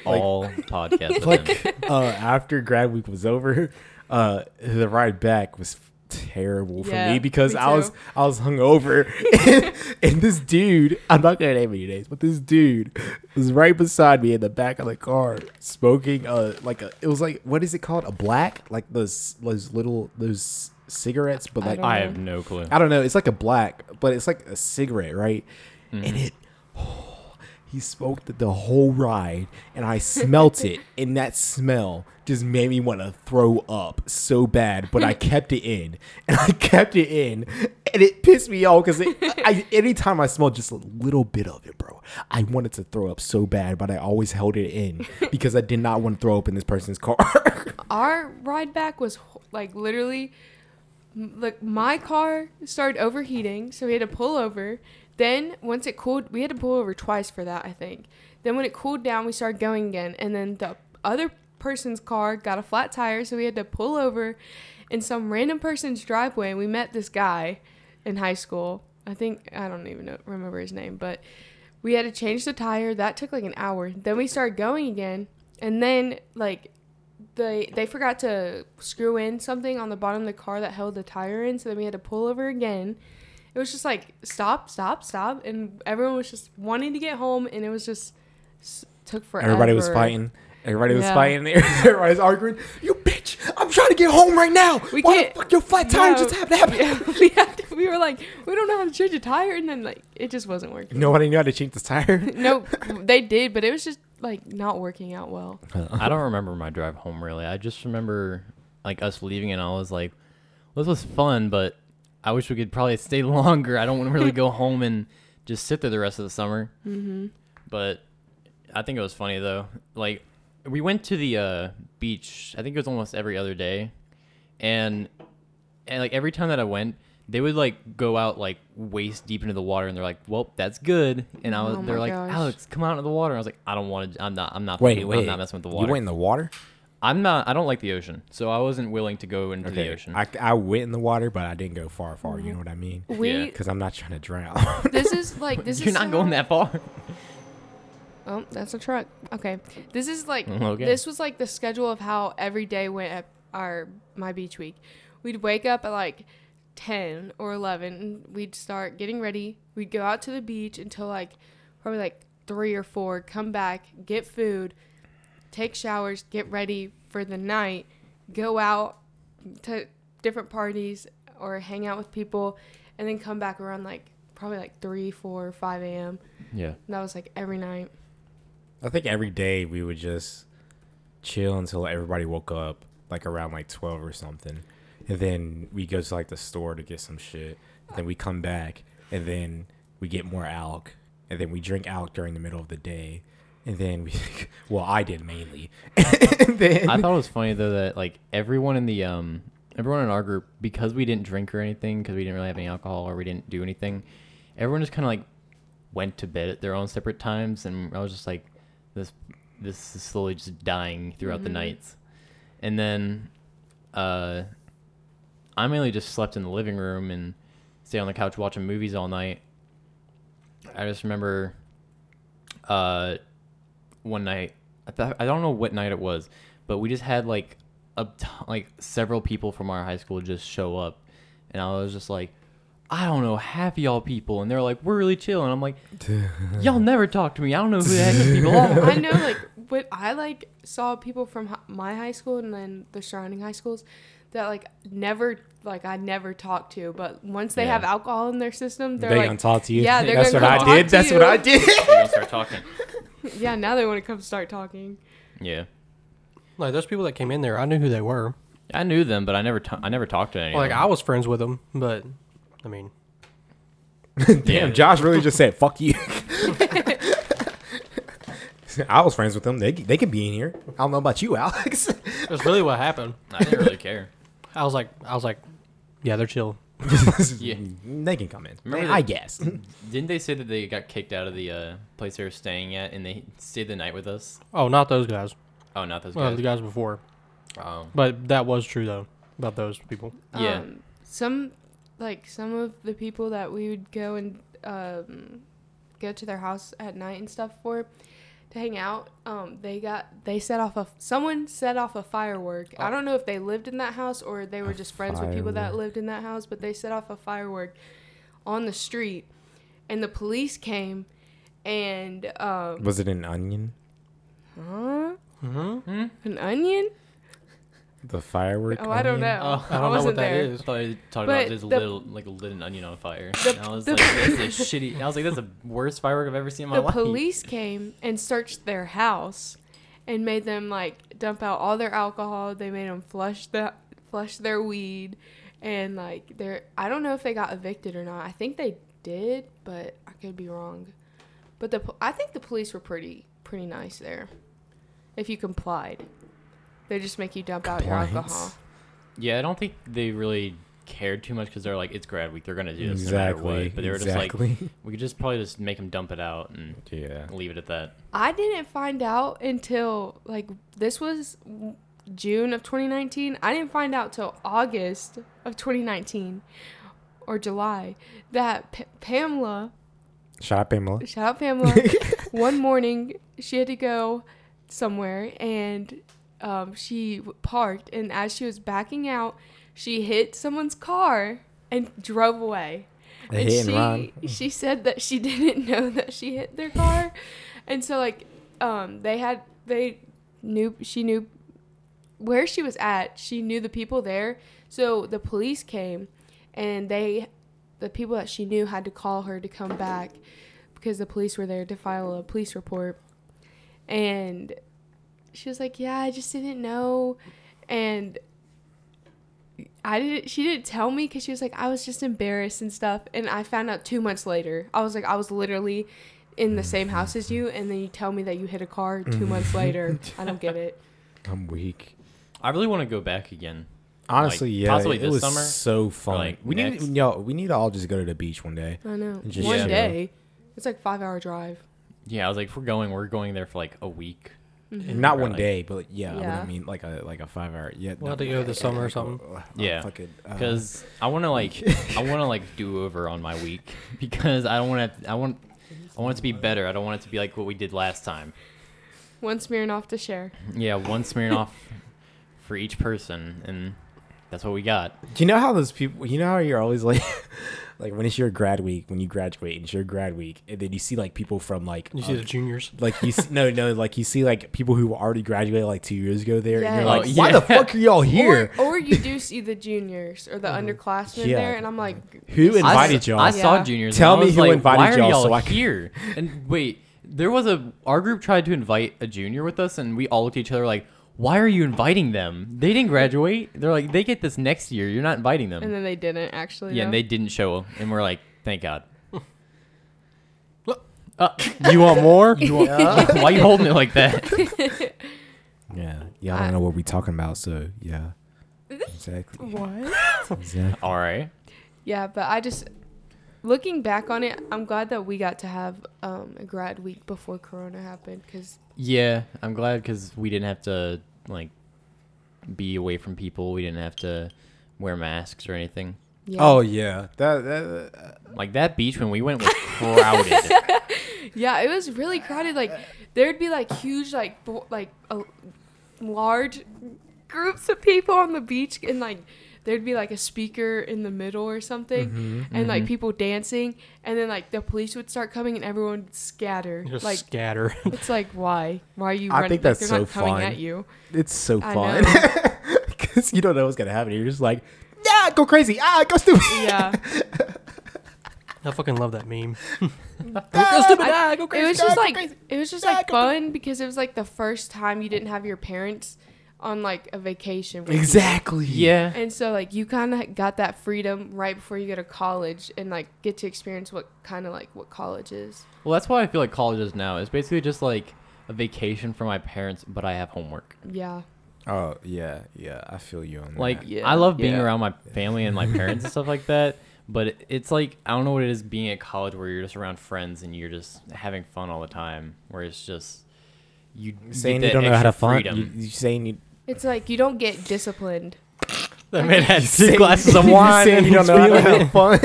Speaker 1: *laughs*
Speaker 3: all podcast.
Speaker 2: like uh, after grad week was over, uh, the ride back was terrible for
Speaker 4: Yeah,
Speaker 2: me because
Speaker 4: me
Speaker 2: I was
Speaker 4: too.
Speaker 2: I was hungover, *laughs* and, and this dude I'm not gonna name any names, but this dude was right beside me in the back of the car smoking uh like a it was like what is it called a black like those those little those cigarettes but
Speaker 4: I
Speaker 2: like
Speaker 4: don't
Speaker 3: I have no clue.
Speaker 2: I don't know. It's like a black, but it's like a cigarette, right? And it, *sighs* he smoked it the whole ride, and I smelt it, and that smell just made me want to throw up so bad. But I kept it in, and I kept it in, and it pissed me off because I, anytime I smelled just a little bit of it, bro, I wanted to throw up so bad, but I always held it in because I did not want to throw up in this person's car. *laughs*
Speaker 4: our ride back was ho- like literally m- like my car started overheating so we had to pull over then once it cooled we had to pull over twice for that i think then when it cooled down we started going again and then the other person's car got a flat tire so we had to pull over in some random person's driveway and we met this guy in high school i think i don't even know, remember his name but we had to change the tire that took like an hour then we started going again and then like they they forgot to screw in something on the bottom of the car that held the tire in, so then we had to pull over again. It was just like stop, stop, stop, and everyone was just wanting to get home, and it was just s- took forever.
Speaker 2: Everybody was fighting. Everybody was
Speaker 4: Yeah.
Speaker 2: fighting. *laughs* Everybody was arguing. You bitch! I'm trying to get home right now.
Speaker 4: We
Speaker 2: Why
Speaker 4: can't-
Speaker 2: the fuck your flat tire
Speaker 4: Yeah.
Speaker 2: just happened?
Speaker 4: *laughs*
Speaker 2: happened? *laughs*
Speaker 4: Yeah, we, had to, we were like, we don't know how to change a tire, and then like it just wasn't working.
Speaker 2: Nobody knew how to change the
Speaker 4: *laughs*
Speaker 2: tire.
Speaker 4: no, they did, but it was just like not working
Speaker 2: *laughs*
Speaker 4: out well.
Speaker 3: I
Speaker 4: *laughs*
Speaker 3: don't remember my drive home really. I just remember like us leaving and I was like, well, this was fun, but I wish we could probably *laughs* stay longer. I don't want to really
Speaker 4: *laughs*
Speaker 3: go home and just sit there the rest of the summer. Mm-hmm. But I think it was funny though. Like we went to the uh, beach. I think it was almost every other day, and and like every time that I went. They would like go out like waist deep into the water, and they're like, "Well, that's good." And I was,
Speaker 4: Oh my
Speaker 3: they're like,
Speaker 4: gosh.
Speaker 3: "Alex, come out of the water." And I was like, "I don't want to. I'm not. I'm not.
Speaker 2: Wait,
Speaker 3: I'm
Speaker 2: wait.
Speaker 3: not messing with the
Speaker 2: You
Speaker 3: water."
Speaker 2: went in the water?
Speaker 3: I'm not. I don't like the ocean, so I wasn't willing to go into the ocean.
Speaker 2: I, I went in the water, but I didn't go far, far.
Speaker 4: Mm-hmm.
Speaker 2: You know what I mean?
Speaker 4: We
Speaker 3: Yeah.
Speaker 2: Because I'm not trying to drown. *laughs*
Speaker 4: this
Speaker 3: *laughs*
Speaker 4: is like this
Speaker 3: You're
Speaker 4: is
Speaker 3: not
Speaker 4: similar-
Speaker 3: going that far.
Speaker 4: Oh, that's a truck. Okay. This is like
Speaker 3: Mm, Okay.
Speaker 4: this was like the schedule of how every day went at our my beach week. We'd wake up at like 10 or 11 and we'd start getting ready. We'd go out to the beach until like probably like 3 or 4, come back, get food, take showers, get ready for the night, go out to different parties or hang out with people and then come back around like probably like 3, 4, 5 a.m.
Speaker 3: Yeah.
Speaker 4: And that was like
Speaker 2: *laughs*
Speaker 4: every night.
Speaker 2: I think every day we would just chill until everybody woke up, like around like twelve or something, and then we go to like the store to get some shit. And then we come back, and then we get more alk, and then we drink alk during the middle of the day, and then we, *laughs* well, I did mainly. *laughs* and then
Speaker 3: *laughs* I thought it was funny though that like everyone in the um everyone in our group because we didn't drink or anything because we didn't really have any alcohol or we didn't do anything, everyone just kind of like went to bed at their own separate times, and I was just like, this this is slowly just dying throughout
Speaker 4: Mm-hmm.
Speaker 3: the nights, and then uh, I mainly just slept in the living room and stayed on the couch watching movies all night. I just remember uh, one night. I, th- I don't know what night it was, but we just had like a t- like several people from our high school just show up, and I was just like, I don't know half of y'all people, and they're like, we're really chill, and I'm like, y'all never talk to me. I don't know who the heck these people
Speaker 4: *laughs*
Speaker 3: are.
Speaker 4: I
Speaker 2: *laughs*
Speaker 4: know, like, what I like saw people from hi- my high school and then the surrounding high schools that like never, like, I never talked to, but once they
Speaker 3: Yeah.
Speaker 4: have alcohol in their system, they're
Speaker 2: they
Speaker 4: like,
Speaker 2: gonna talk to you.
Speaker 4: Yeah, they're
Speaker 2: that's
Speaker 4: gonna
Speaker 2: what
Speaker 4: come
Speaker 2: I
Speaker 4: talk
Speaker 2: did.
Speaker 4: to
Speaker 2: That's what
Speaker 4: you.
Speaker 2: I did.
Speaker 3: They don't start talking.
Speaker 4: yeah, now they want to come start talking.
Speaker 3: Yeah,
Speaker 1: Like those people that came in there, I knew who they were.
Speaker 3: I knew them, but I never ta- I never talked to anyone.
Speaker 1: Like I was friends with them, but I mean,
Speaker 2: Damn, Josh really just said "fuck
Speaker 4: *laughs*
Speaker 2: you." *laughs* I was friends with them. They they can be in here. I don't know about you, Alex. *laughs*
Speaker 1: that's really what happened.
Speaker 3: I didn't really care.
Speaker 1: I was like, I was like, yeah, they're chill.
Speaker 2: *laughs*
Speaker 3: Yeah.
Speaker 2: Mm, They can come in.
Speaker 3: Remember
Speaker 2: I
Speaker 3: that- *laughs*
Speaker 2: guess.
Speaker 3: Didn't they say that they got kicked out of the uh, place they were staying at, and they stayed the night with us?
Speaker 1: Oh, not those guys.
Speaker 3: Oh, not those
Speaker 1: Well,
Speaker 3: guys.
Speaker 1: the guys before.
Speaker 3: Oh.
Speaker 1: But that was true though about those people.
Speaker 3: Yeah.
Speaker 4: Um, some, like, some of the people that we would go and um, go to their house at night and stuff for to hang out, um, they got, they set off a, someone set off a firework.
Speaker 1: Oh.
Speaker 4: I don't know if they lived in that house or they were just friends with people that
Speaker 2: firework.
Speaker 4: lived in that house, but they set off a firework on the street and the police came and, um,
Speaker 2: Was it an onion?
Speaker 4: huh?
Speaker 1: Mm-hmm.
Speaker 4: An onion?
Speaker 2: The firework?
Speaker 4: Oh, I don't know.
Speaker 3: Oh,
Speaker 1: I don't know what that is.
Speaker 3: I thought you talked
Speaker 4: But
Speaker 3: about just
Speaker 4: the-
Speaker 3: little, like lit an onion on fire.
Speaker 4: The-
Speaker 3: and I was
Speaker 4: the-
Speaker 3: like, that's a
Speaker 4: *laughs*
Speaker 3: shitty. and I was like, that's the worst firework I've ever seen in my
Speaker 4: the
Speaker 3: life.
Speaker 4: police came and searched their house and made them like dump out all their alcohol they made them flush the flush their weed and like they're i don't know if they got evicted or not i think they did but i could be wrong but the po- i think the police were pretty pretty nice there if you complied they just make you dump out
Speaker 2: Compliance.
Speaker 4: your alcohol
Speaker 3: Yeah, I don't think they really cared too much because they're like, it's grad week. They're gonna do this
Speaker 2: Exactly.
Speaker 3: no matter what. But they were just like,
Speaker 2: exactly. *laughs*
Speaker 3: we could just probably just make them dump it out and
Speaker 2: yeah.
Speaker 3: leave it at that.
Speaker 4: I didn't find out until like this was June of 2019. I didn't find out till August of 2019 or July that P- Pamela,
Speaker 2: Shout out Pamela.
Speaker 4: shout out Pamela, one morning she had to go somewhere and um, she w- parked and as she was backing out, she hit someone's car and drove away.
Speaker 2: A hit and
Speaker 4: she,
Speaker 2: run.
Speaker 4: *laughs* she said that she *laughs* didn't know that she hit their car. and so like um they had they knew she knew where she was at. She knew the people there. So the police came and they the people that she knew had to call her to come back because the police were there to file a police report. And she was like, "Yeah, I just didn't know." And I didn't. She didn't tell me because she was like, I was just embarrassed and stuff. And I found out two months later. I was like, I was literally in the same house as you, and then you tell me that you hit a car
Speaker 2: Mm-hmm.
Speaker 4: two
Speaker 2: *laughs*
Speaker 4: months later. I don't get it.
Speaker 2: I'm weak.
Speaker 3: I really want to go back again.
Speaker 2: Honestly, yeah.
Speaker 3: possibly
Speaker 2: it
Speaker 3: this
Speaker 2: was
Speaker 3: summer,
Speaker 2: so fun.
Speaker 3: like,
Speaker 2: we
Speaker 3: next.
Speaker 2: need, yo, we need to all just go to the beach one day.
Speaker 4: I know.
Speaker 2: Just
Speaker 4: One
Speaker 3: chill.
Speaker 4: day, it's like five hour drive.
Speaker 3: Yeah, I was like, if we're going, we're going there for like a week.
Speaker 4: Mhm.
Speaker 2: Not
Speaker 3: Right,
Speaker 2: one
Speaker 3: like-
Speaker 2: day, but like, yeah, I
Speaker 4: Yeah.
Speaker 2: wouldn't mean like a like a five hour. Yeah,
Speaker 1: We'll have
Speaker 2: no,
Speaker 1: to go
Speaker 2: uh,
Speaker 1: this summer or
Speaker 2: uh,
Speaker 1: something.
Speaker 2: uh, uh,
Speaker 3: Yeah.
Speaker 2: fucking, uh,
Speaker 3: because I want to like I want to like do over on my week *laughs* because I don't want to I want I want it to be better. I don't want it to be like what we did last time.
Speaker 4: One smearing off to share.
Speaker 3: Yeah, one smearing off for each person, and that's what we got.
Speaker 2: Do you know how those people? You know how you're always like, *laughs* like when it's your grad week, when you graduate, and it's your grad week, and then you see like people from like,
Speaker 1: You see
Speaker 2: uh,
Speaker 1: the juniors.
Speaker 2: like you see, no no like you see like people who already graduated like two years ago there, and
Speaker 4: Yes.
Speaker 2: you're like,
Speaker 3: Oh,
Speaker 2: why the
Speaker 3: yeah.
Speaker 2: fuck are y'all here? Uh-huh.
Speaker 4: Or, or you do see the juniors
Speaker 2: *laughs*
Speaker 4: or the underclassmen
Speaker 2: Yeah.
Speaker 4: there, and I'm like,
Speaker 2: Who
Speaker 4: this-
Speaker 2: invited
Speaker 3: I, s-
Speaker 2: y'all?
Speaker 3: I saw
Speaker 4: Yeah.
Speaker 3: juniors.
Speaker 2: Tell
Speaker 3: and I
Speaker 2: me
Speaker 3: was
Speaker 2: who
Speaker 3: like,
Speaker 2: invited
Speaker 3: why are
Speaker 2: y'all
Speaker 3: y'all
Speaker 2: so I can-
Speaker 3: here. And wait, there was a our group tried to invite a junior with us, and we all looked at each other like, "Why are you inviting them? They didn't graduate. They're like, they get this next year. You're not inviting them."
Speaker 4: And then they didn't actually.
Speaker 3: yeah, and
Speaker 4: though.
Speaker 3: they didn't show up, and we're like, "Thank God."
Speaker 1: Look.
Speaker 3: Uh,
Speaker 1: You want more?
Speaker 3: why are *laughs* you holding it
Speaker 2: *laughs*
Speaker 3: like that?
Speaker 2: Yeah, y'all don't
Speaker 4: I-
Speaker 2: know what we talking about, so yeah,
Speaker 4: *laughs*
Speaker 2: exactly,
Speaker 4: What?
Speaker 2: exactly.
Speaker 3: All right.
Speaker 4: Yeah, but I just looking back on it, I'm glad that we got to have um, a grad week before Corona happened because
Speaker 3: Yeah, I'm glad because we didn't have to like be away from people. We didn't have to wear masks or anything.
Speaker 4: yeah,
Speaker 2: Oh yeah, that, that uh,
Speaker 3: Like that beach when we went *laughs* was crowded.
Speaker 4: yeah, it was really crowded. Like there'd be like huge, like bo- like a, large groups of people on the beach, and like there'd be like a speaker in the middle or something,
Speaker 2: Mm-hmm,
Speaker 4: and like people dancing, and then like the police would start coming, and everyone would scatter.
Speaker 1: Just
Speaker 4: like
Speaker 1: scatter.
Speaker 4: it's like why why are you?
Speaker 2: I
Speaker 4: running?
Speaker 2: think
Speaker 4: Like,
Speaker 2: that's
Speaker 4: they're not
Speaker 2: so
Speaker 4: coming
Speaker 2: fun.
Speaker 4: at you.
Speaker 2: it's so
Speaker 4: I
Speaker 2: fun *laughs* because you don't know what's gonna happen. You're just like, yeah, go crazy, ah, go stupid. *laughs*
Speaker 4: Yeah.
Speaker 1: I fucking love that meme.
Speaker 2: Go stupid,
Speaker 4: I-
Speaker 2: ah, go crazy.
Speaker 4: it was just
Speaker 2: ah, go
Speaker 4: like
Speaker 2: crazy.
Speaker 4: it was just
Speaker 2: Yeah,
Speaker 4: like
Speaker 2: go cra-
Speaker 4: fun because it was like the first time you didn't have your parents on like a vacation. with you.
Speaker 2: exactly.
Speaker 3: yeah.
Speaker 4: And so like you kind of got that freedom right before you go to college and like get to experience what kind of like what college is.
Speaker 3: Well, that's why I feel like college is now. It's basically just like a vacation from my parents, but I have homework.
Speaker 4: Yeah.
Speaker 2: Oh yeah, yeah. I feel you on
Speaker 3: Like
Speaker 2: that.
Speaker 4: Yeah.
Speaker 3: I love being
Speaker 2: Yeah.
Speaker 3: around my family and my *laughs* parents and stuff like that. But it- it's like I don't know what it is being at college where you're just around friends and you're just having fun all the time. Where it's just you get
Speaker 2: saying you
Speaker 3: that
Speaker 2: don't know how to
Speaker 3: extra
Speaker 2: fun.
Speaker 3: freedom.
Speaker 2: You, you saying you
Speaker 4: It's like you don't get disciplined.
Speaker 1: *laughs* That man had two
Speaker 2: saying- *laughs*
Speaker 1: glasses of
Speaker 2: you
Speaker 1: wine
Speaker 2: saying
Speaker 1: and
Speaker 2: you don't know how to have fun.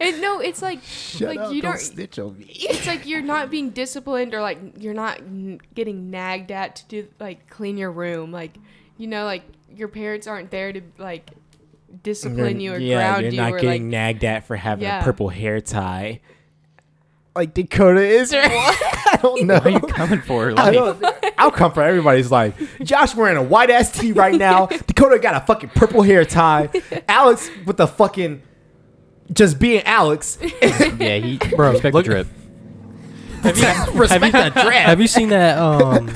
Speaker 4: And no, it's like like you don't
Speaker 2: snitch on me.
Speaker 4: it's like you're not being disciplined or like you're not n- getting nagged at to do like clean your room like you know like your parents aren't there to like discipline you or
Speaker 2: yeah,
Speaker 4: ground
Speaker 2: you're
Speaker 4: you
Speaker 2: not
Speaker 4: or
Speaker 2: getting
Speaker 4: like
Speaker 2: nagged at for having
Speaker 4: Yeah.
Speaker 2: a purple hair tie. Like Dakota is. Or *laughs* I don't know.
Speaker 3: What
Speaker 2: *laughs*
Speaker 3: are you *laughs* coming for?
Speaker 2: I
Speaker 3: Like,
Speaker 2: don't, I'll come for everybody's life. Josh wearing a white ass tee right
Speaker 4: *laughs*
Speaker 2: now. Dakota got a fucking purple hair tie. Alex with the fucking just being *laughs* Alex.
Speaker 3: yeah, he
Speaker 1: *laughs* Bro,
Speaker 3: respect
Speaker 1: look-
Speaker 3: the drip.
Speaker 1: *laughs* have you, *laughs* have you seen that um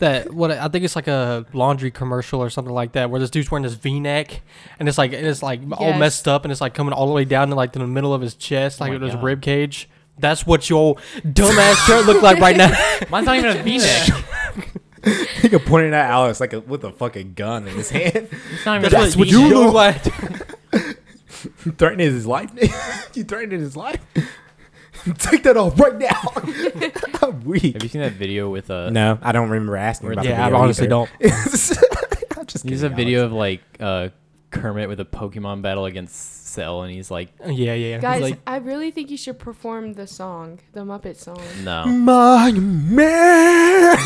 Speaker 1: that what I think it's like a laundry commercial or something like that where this dude's wearing this V-neck and it's like and it's like all
Speaker 4: Yes.
Speaker 1: messed up and it's like coming all the way down to like to the middle of his chest like
Speaker 3: my
Speaker 1: it was a
Speaker 3: God.
Speaker 1: rib cage. That's what your dumbass shirt look like right now. *laughs*
Speaker 3: Mine's not even a V-neck.
Speaker 2: He could point it at Alex like a, with a fucking gun in his *laughs* hand.
Speaker 3: It's not even
Speaker 1: That's,
Speaker 3: a
Speaker 1: what
Speaker 3: V-neck.
Speaker 1: you look like.
Speaker 2: You threatening his life? *laughs* you threatening his life? *laughs* Take that off right now. *laughs*
Speaker 4: *laughs*
Speaker 2: I'm weak.
Speaker 3: Have you seen that video with uh, a?
Speaker 2: no, I don't remember asking
Speaker 3: Where-
Speaker 2: about
Speaker 1: yeah, I
Speaker 2: the video
Speaker 1: honestly
Speaker 2: *laughs*
Speaker 1: don't.
Speaker 2: don't. I'm just
Speaker 3: There's a
Speaker 2: kidding,
Speaker 3: video
Speaker 2: Alex.
Speaker 3: of like uh, Kermit with a Pokemon battle against Cell, and he's like,
Speaker 1: Yeah, yeah, yeah.
Speaker 4: *laughs* guys
Speaker 1: like,
Speaker 4: i really think you should perform the song the muppet song
Speaker 3: no.
Speaker 2: My
Speaker 3: *laughs*
Speaker 2: man,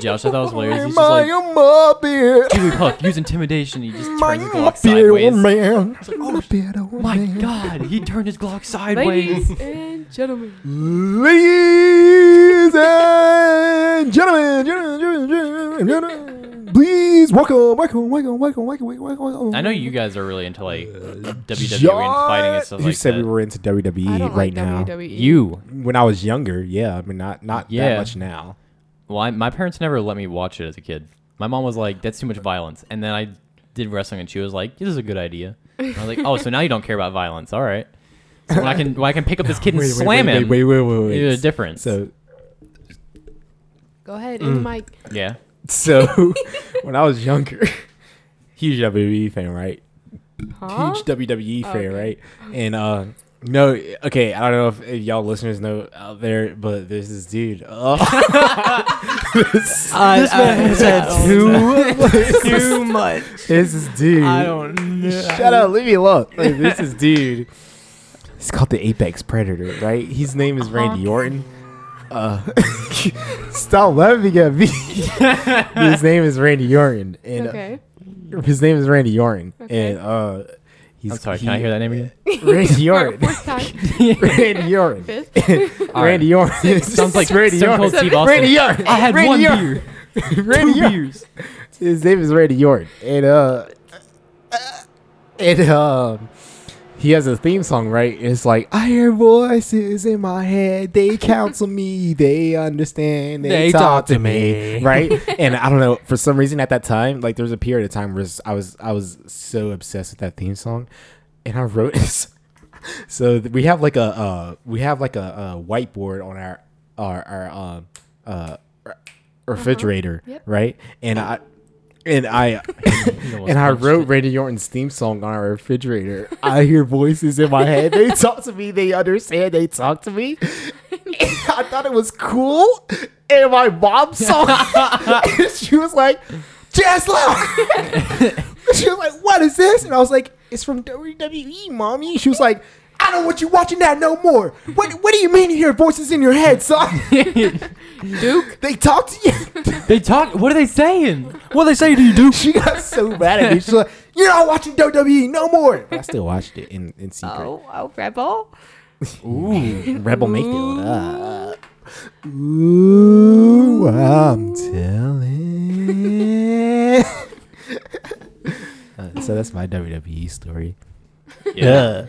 Speaker 3: Josh, I thought it was hilarious. He's just
Speaker 2: my
Speaker 3: like,
Speaker 2: *laughs* Muppet.
Speaker 3: Jigglypuff, use intimidation. He just turns his Glock
Speaker 2: *laughs* bearded
Speaker 3: sideways. "Oh
Speaker 2: man. My bearded
Speaker 3: My
Speaker 2: man.
Speaker 3: God, he turned his Glock
Speaker 2: *laughs*
Speaker 3: sideways.
Speaker 4: ladies and gentlemen
Speaker 2: Ladies and gentlemen, gentlemen, gentlemen, gentlemen, gentlemen, please welcome, welcome, welcome, welcome, welcome, welcome, welcome.
Speaker 3: I know you guys are really into like WWE and
Speaker 2: John-
Speaker 3: fighting and stuff
Speaker 2: You
Speaker 3: like
Speaker 2: said
Speaker 3: that.
Speaker 2: we were into WWE
Speaker 4: i don't
Speaker 2: right
Speaker 4: like E.
Speaker 2: now.
Speaker 4: wwe
Speaker 3: you.
Speaker 2: When I was younger, yeah, I mean not not that
Speaker 3: Yeah.
Speaker 2: much now.
Speaker 3: Well, I, my parents never let me watch it as a kid. My mom was like, "That's too much violence," and then I did wrestling, and she was like, "This is a good idea." And I was like, "Oh, so now you don't care about violence? All right." So when I can, when I can pick up this kid and
Speaker 2: *laughs*
Speaker 3: slam
Speaker 2: wait,
Speaker 3: him,
Speaker 2: Wait, wait, wait, wait.
Speaker 3: there's a difference.
Speaker 2: So
Speaker 4: go ahead
Speaker 2: Mm.
Speaker 4: in the mic
Speaker 3: yeah,
Speaker 2: so *laughs* when I was younger, *laughs* huge WWE fan, right?
Speaker 4: huh
Speaker 2: huge WWE fan,
Speaker 4: Okay.
Speaker 2: right? And uh, No, okay, I don't know if, if y'all listeners know out there, but there's this dude. *laughs* Oh,
Speaker 1: *laughs* I,
Speaker 2: this man has had too,
Speaker 1: too much.
Speaker 2: *laughs* there's this dude.
Speaker 1: I don't know.
Speaker 2: *laughs* Shut up, leave me
Speaker 4: *laughs*
Speaker 2: alone. Like, this is dude. He's called the Apex Predator, right? His name is Randy Orton. Uh, *laughs* stop laughing at
Speaker 4: *laughs*
Speaker 2: me. his name is Randy Orton, and uh,
Speaker 4: okay.
Speaker 2: his name is Randy Orton,
Speaker 4: Okay.
Speaker 2: and uh, he's.
Speaker 3: I'm sorry, can I hear that name again?
Speaker 2: that?
Speaker 4: *laughs*
Speaker 2: Randy
Speaker 4: Alright,
Speaker 2: Orton. *laughs*
Speaker 4: Fourth time.
Speaker 2: Randy Orton.
Speaker 4: *laughs* Fifth.
Speaker 2: *laughs* Randy Orton.
Speaker 1: Sounds
Speaker 2: *laughs*
Speaker 1: like
Speaker 2: Randy
Speaker 1: Stone Cold
Speaker 2: Orton.
Speaker 1: Steve Austin.
Speaker 2: Randy Orton.
Speaker 1: I had
Speaker 2: Randy
Speaker 1: one
Speaker 2: Orton.
Speaker 1: beer, *laughs*
Speaker 2: Randy
Speaker 1: two
Speaker 2: Orton.
Speaker 1: beers.
Speaker 2: His name is Randy Orton, and uh, and um, he has a theme song, right? It's like I hear voices in my head. They counsel me. They understand. They,
Speaker 1: They
Speaker 2: talk,
Speaker 1: talk
Speaker 2: to,
Speaker 1: to
Speaker 2: me,
Speaker 1: me. *laughs*
Speaker 2: right? and I don't know for some reason at that time, like there was a period of time where I was I was so obsessed with that theme song, and I wrote *laughs* this. So th- we have like a uh, we have like a, a whiteboard on our our our um uh, re- refrigerator,
Speaker 4: Yep.
Speaker 2: right? And I and I
Speaker 3: almost
Speaker 2: and I
Speaker 3: punched
Speaker 2: wrote Randy Orton's theme song on our refrigerator. I hear voices in my head. They talk to me. They understand. They talk to me. I thought it was cool, and my mom saw it. and she was like, "Jaslow." *laughs* she was like, "What is this?" And I was like, "It's from WWE, mommy." She was like, "I don't want you watching that no more. What What do you mean you hear voices in your head, son?
Speaker 4: Duke.
Speaker 2: they talk to you."
Speaker 3: They talk. What are they saying?
Speaker 1: What they say to you, Duke?
Speaker 2: *laughs* she got so mad at me. She's like, "You're not watching WWE no more." But I still watched it in in secret.
Speaker 4: Oh, oh, rebel.
Speaker 2: Ooh, Rebel Mayfield. Uh, ooh, I'm telling. *laughs* Uh, so that's my WWE story.
Speaker 3: Yeah.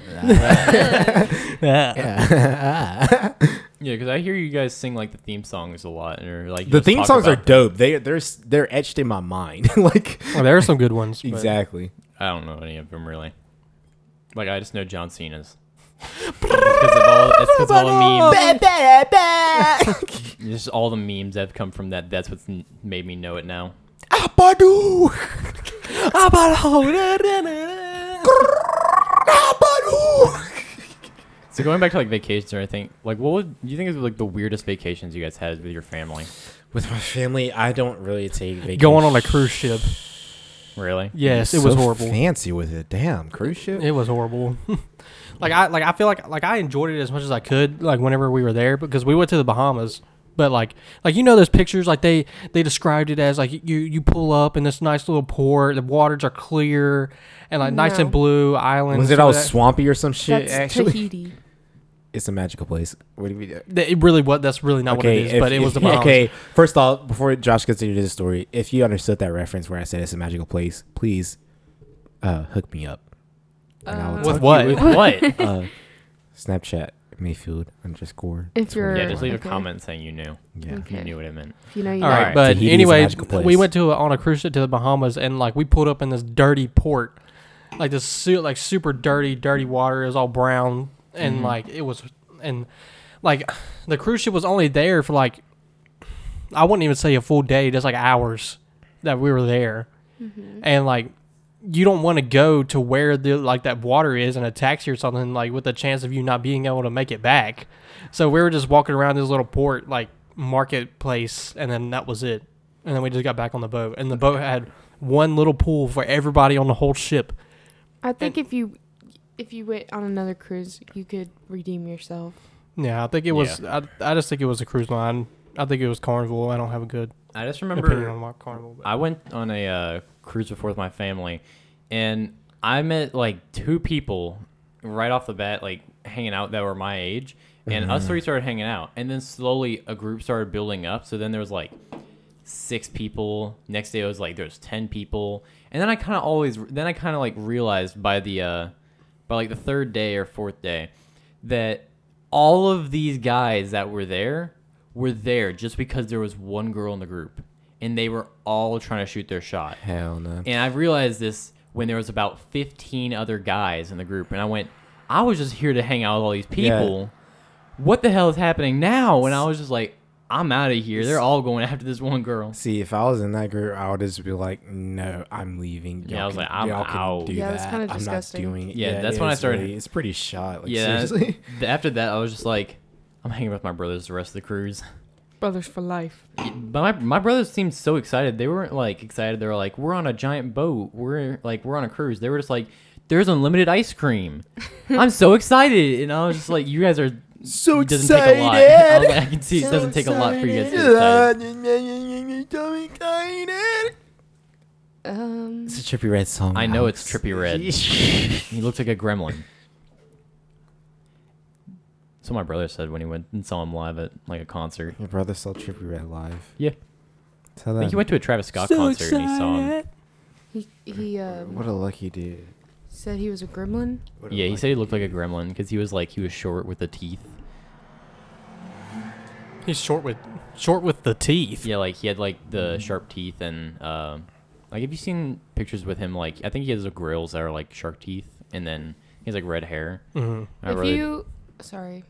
Speaker 1: Yeah.
Speaker 3: Yeah, because I hear you guys sing like the theme songs a lot, or like
Speaker 2: *laughs*
Speaker 3: you
Speaker 2: the
Speaker 3: just
Speaker 2: theme
Speaker 3: talk
Speaker 2: songs are
Speaker 3: about-
Speaker 2: dope. They they're s- they're etched in my mind. *laughs* like
Speaker 1: Well, there are some good ones. but-
Speaker 2: exactly.
Speaker 3: I don't know any of them really. Like I just know John Cena's. Because of all, it's 'cause
Speaker 2: *laughs*
Speaker 3: of all the memes, just all the memes that have come from that. That's what's n- made me know it now.
Speaker 2: Abadu.
Speaker 3: So going back to like vacations or anything, like what would you think is like the weirdest vacations you guys had with your family?
Speaker 2: With my family, I don't really take vacation.
Speaker 1: Going on a cruise ship.
Speaker 3: Really?
Speaker 1: Yes, it was horrible.
Speaker 2: Fancy with it, damn cruise ship.
Speaker 1: It was horrible. *laughs* like I like I feel like like I enjoyed it as much as I could like whenever we were there because we went to the Bahamas. But like like you know those pictures like they they described it as like you you pull up in this nice little port, the waters are clear and like nice and
Speaker 4: No.
Speaker 1: blue islands.
Speaker 2: Was it
Speaker 1: some
Speaker 2: all
Speaker 1: of that-
Speaker 2: swampy or some shit?
Speaker 4: That's
Speaker 2: actually,
Speaker 4: Tahiti.
Speaker 2: it's a magical place. What do we do?
Speaker 1: that it really what that's really not what it is,
Speaker 2: if-
Speaker 1: but it
Speaker 2: if-
Speaker 1: was the *laughs* Bahamas.
Speaker 2: *laughs* Okay, first off, before Josh gets into this story, if you understood that reference where I said it's a magical place, please uh, hook me up. And I will
Speaker 1: Uh, With
Speaker 2: talk-
Speaker 1: what?
Speaker 3: With what?
Speaker 4: *laughs*
Speaker 2: uh, Snapchat Mayfield underscore.
Speaker 4: If you're-
Speaker 3: yeah, just leave a
Speaker 4: Okay.
Speaker 3: comment saying you knew.
Speaker 2: Yeah.
Speaker 3: You
Speaker 4: Okay.
Speaker 3: knew what it meant.
Speaker 4: You know you
Speaker 1: All
Speaker 4: know.
Speaker 1: right,
Speaker 3: Alright,
Speaker 1: but
Speaker 2: Tahiti is a
Speaker 1: anyway,
Speaker 2: magical place.
Speaker 1: we went to on a cruise ship to the Bahamas, and like we pulled up in this dirty port, like this su- like super dirty, dirty water. It was all brown, and like it was, and like the cruise ship was only there for like I wouldn't even say a full day, just like hours that we were there, and like you don't want to go to where the like that water is in a taxi or something like with the chance of you not being able to make it back. So we were just walking around this little port like marketplace, and then that was it. And then we just got back on the boat, and the boat had one little pool for everybody on the whole ship.
Speaker 4: I think if you if you went on another cruise, you could redeem yourself.
Speaker 1: Yeah, I think it was. I, I just think it was a cruise line. I think it was Carnival. I don't have a good
Speaker 3: I just
Speaker 1: opinion
Speaker 3: remember
Speaker 1: on what Carnival. But.
Speaker 3: I went on a uh, cruise before with my family, and I met like two people right off the bat, like hanging out that were my age, and us
Speaker 1: Mm-hmm.
Speaker 3: three started hanging out, and then slowly a group started building up. So then there was like six people. Next day it was like there's ten people, and then I kind of always then I kind of like realized by the uh, by like the third day or fourth day that all of these guys that were there were there just because there was one girl in the group and they were all trying to shoot their shot.
Speaker 2: Hell no.
Speaker 3: And I realized this when there was about 15 other guys in the group and I went I was just here to hang out with all these people. What the hell is happening now? And I was just like I'm out of here. They're all going after this one girl.
Speaker 2: See, if I was in that group, I would just be like, "No, I'm leaving."
Speaker 3: Yeah, I was like, "I'm
Speaker 2: y'all can
Speaker 3: out."
Speaker 2: do
Speaker 4: Yeah, it was
Speaker 2: that.
Speaker 4: kinda
Speaker 2: I'm
Speaker 4: disgusting.
Speaker 2: not doing it.
Speaker 3: Yeah, that's when I
Speaker 2: it's
Speaker 3: started-
Speaker 2: really- it's pretty shot. Like,
Speaker 3: yeah. *laughs*
Speaker 2: seriously. *laughs*
Speaker 3: th- After that, I was just like, I'm hanging with my brothers the rest of the cruise.
Speaker 4: Brothers for life.
Speaker 3: But my my brothers seemed so excited. They weren't like excited. They were like, "We're on a giant boat. We're like, we're on a cruise." They were just like, "There's unlimited
Speaker 2: *laughs*
Speaker 3: ice cream." I'm so excited, and I was just like, "You guys are
Speaker 2: So
Speaker 3: it doesn't take a lot." *laughs* I,
Speaker 2: *laughs*
Speaker 3: was like, I can see it
Speaker 4: So
Speaker 3: doesn't take a lot for you guys to get excited.
Speaker 2: excited.
Speaker 4: Um,
Speaker 2: It's a trippy red song.
Speaker 3: I know it's trippy red. *laughs* he looks like a gremlin. So my brother said when he went and saw him live at like a concert.
Speaker 2: Your brother saw trippy red live.
Speaker 3: Yeah,
Speaker 2: Tell
Speaker 3: I
Speaker 2: them.
Speaker 3: think he went to a Travis Scott concert and he saw him.
Speaker 4: he he um,
Speaker 2: what a lucky dude.
Speaker 4: said he was a gremlin.
Speaker 2: What a
Speaker 3: Yeah, he
Speaker 2: lucky-
Speaker 3: said he looked like a gremlin because he was like he was short with the teeth.
Speaker 1: He's short with short with the teeth.
Speaker 3: Yeah, like he had like
Speaker 2: Mm-hmm.
Speaker 3: the sharp teeth and uh, like have you seen pictures with him? Like I think he has the grills that are like shark teeth, and then he has like red hair.
Speaker 1: hmm
Speaker 3: I
Speaker 4: if
Speaker 3: really-
Speaker 4: you, sorry,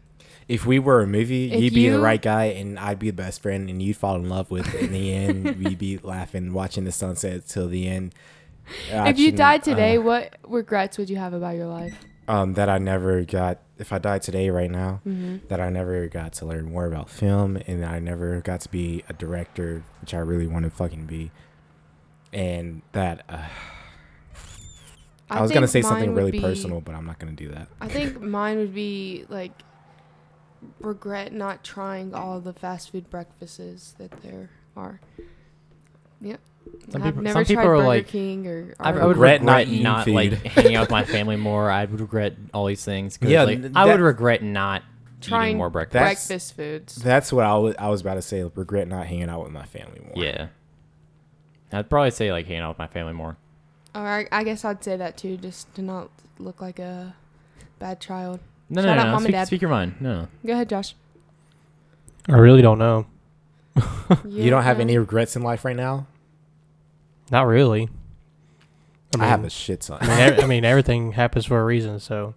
Speaker 2: If we were a movie,
Speaker 4: If
Speaker 2: you'd be the
Speaker 4: you-
Speaker 2: right guy, and I'd be the best friend, and you'd fall in love with. In the
Speaker 4: *laughs*
Speaker 2: end, we'd be laughing, watching the sunset till the end.
Speaker 4: if you
Speaker 2: Watching,
Speaker 4: died today,
Speaker 2: uh,
Speaker 4: what regrets would you have about your life?
Speaker 2: um, that I never got. If I died today, right now,
Speaker 3: Mm-hmm.
Speaker 2: that I never got to learn more about film, and I never got to be a director, which I really want to fucking be. And that uh, I, was gonna
Speaker 4: think
Speaker 2: say something
Speaker 4: mine would
Speaker 2: really
Speaker 4: be-
Speaker 2: personal, but I'm not gonna do that.
Speaker 4: I think *laughs* mine would be like regret not trying all the fast food breakfasts that there are. Yep.
Speaker 3: Some
Speaker 4: I've
Speaker 3: people-
Speaker 4: never
Speaker 3: some people
Speaker 4: tried
Speaker 3: are
Speaker 4: Burger
Speaker 3: like,
Speaker 4: King or.
Speaker 3: I, I
Speaker 4: or-
Speaker 3: would
Speaker 2: Regret
Speaker 3: regret,
Speaker 2: not eating
Speaker 3: not, like
Speaker 2: food.
Speaker 3: hanging out
Speaker 2: *laughs*
Speaker 3: with my family more. I would regret all these things. 'cause,
Speaker 2: Yeah,
Speaker 3: like,
Speaker 2: th-
Speaker 3: I
Speaker 2: that-
Speaker 3: would regret not
Speaker 4: Trying
Speaker 3: eating more breakfast.
Speaker 2: That's-
Speaker 4: breakfast foods.
Speaker 2: That's what I was. I was about to say. Regret not hanging out with my family more.
Speaker 3: Yeah, I'd probably say like hanging out with my family more.
Speaker 4: Or I, I guess I'd say that too, just to not look like a bad child.
Speaker 3: No,
Speaker 4: Shout
Speaker 3: no,
Speaker 4: out
Speaker 3: no, no.
Speaker 4: Mom and
Speaker 3: Speak,
Speaker 4: Dad.
Speaker 3: speak your mind. No,
Speaker 4: Go ahead, Josh.
Speaker 1: I really don't know.
Speaker 2: You don't have
Speaker 4: know.
Speaker 2: any regrets in life right now.
Speaker 1: Not really.
Speaker 2: I, have a shit ton.
Speaker 1: I mean, ev- e-, I mean, everything happens for a reason. So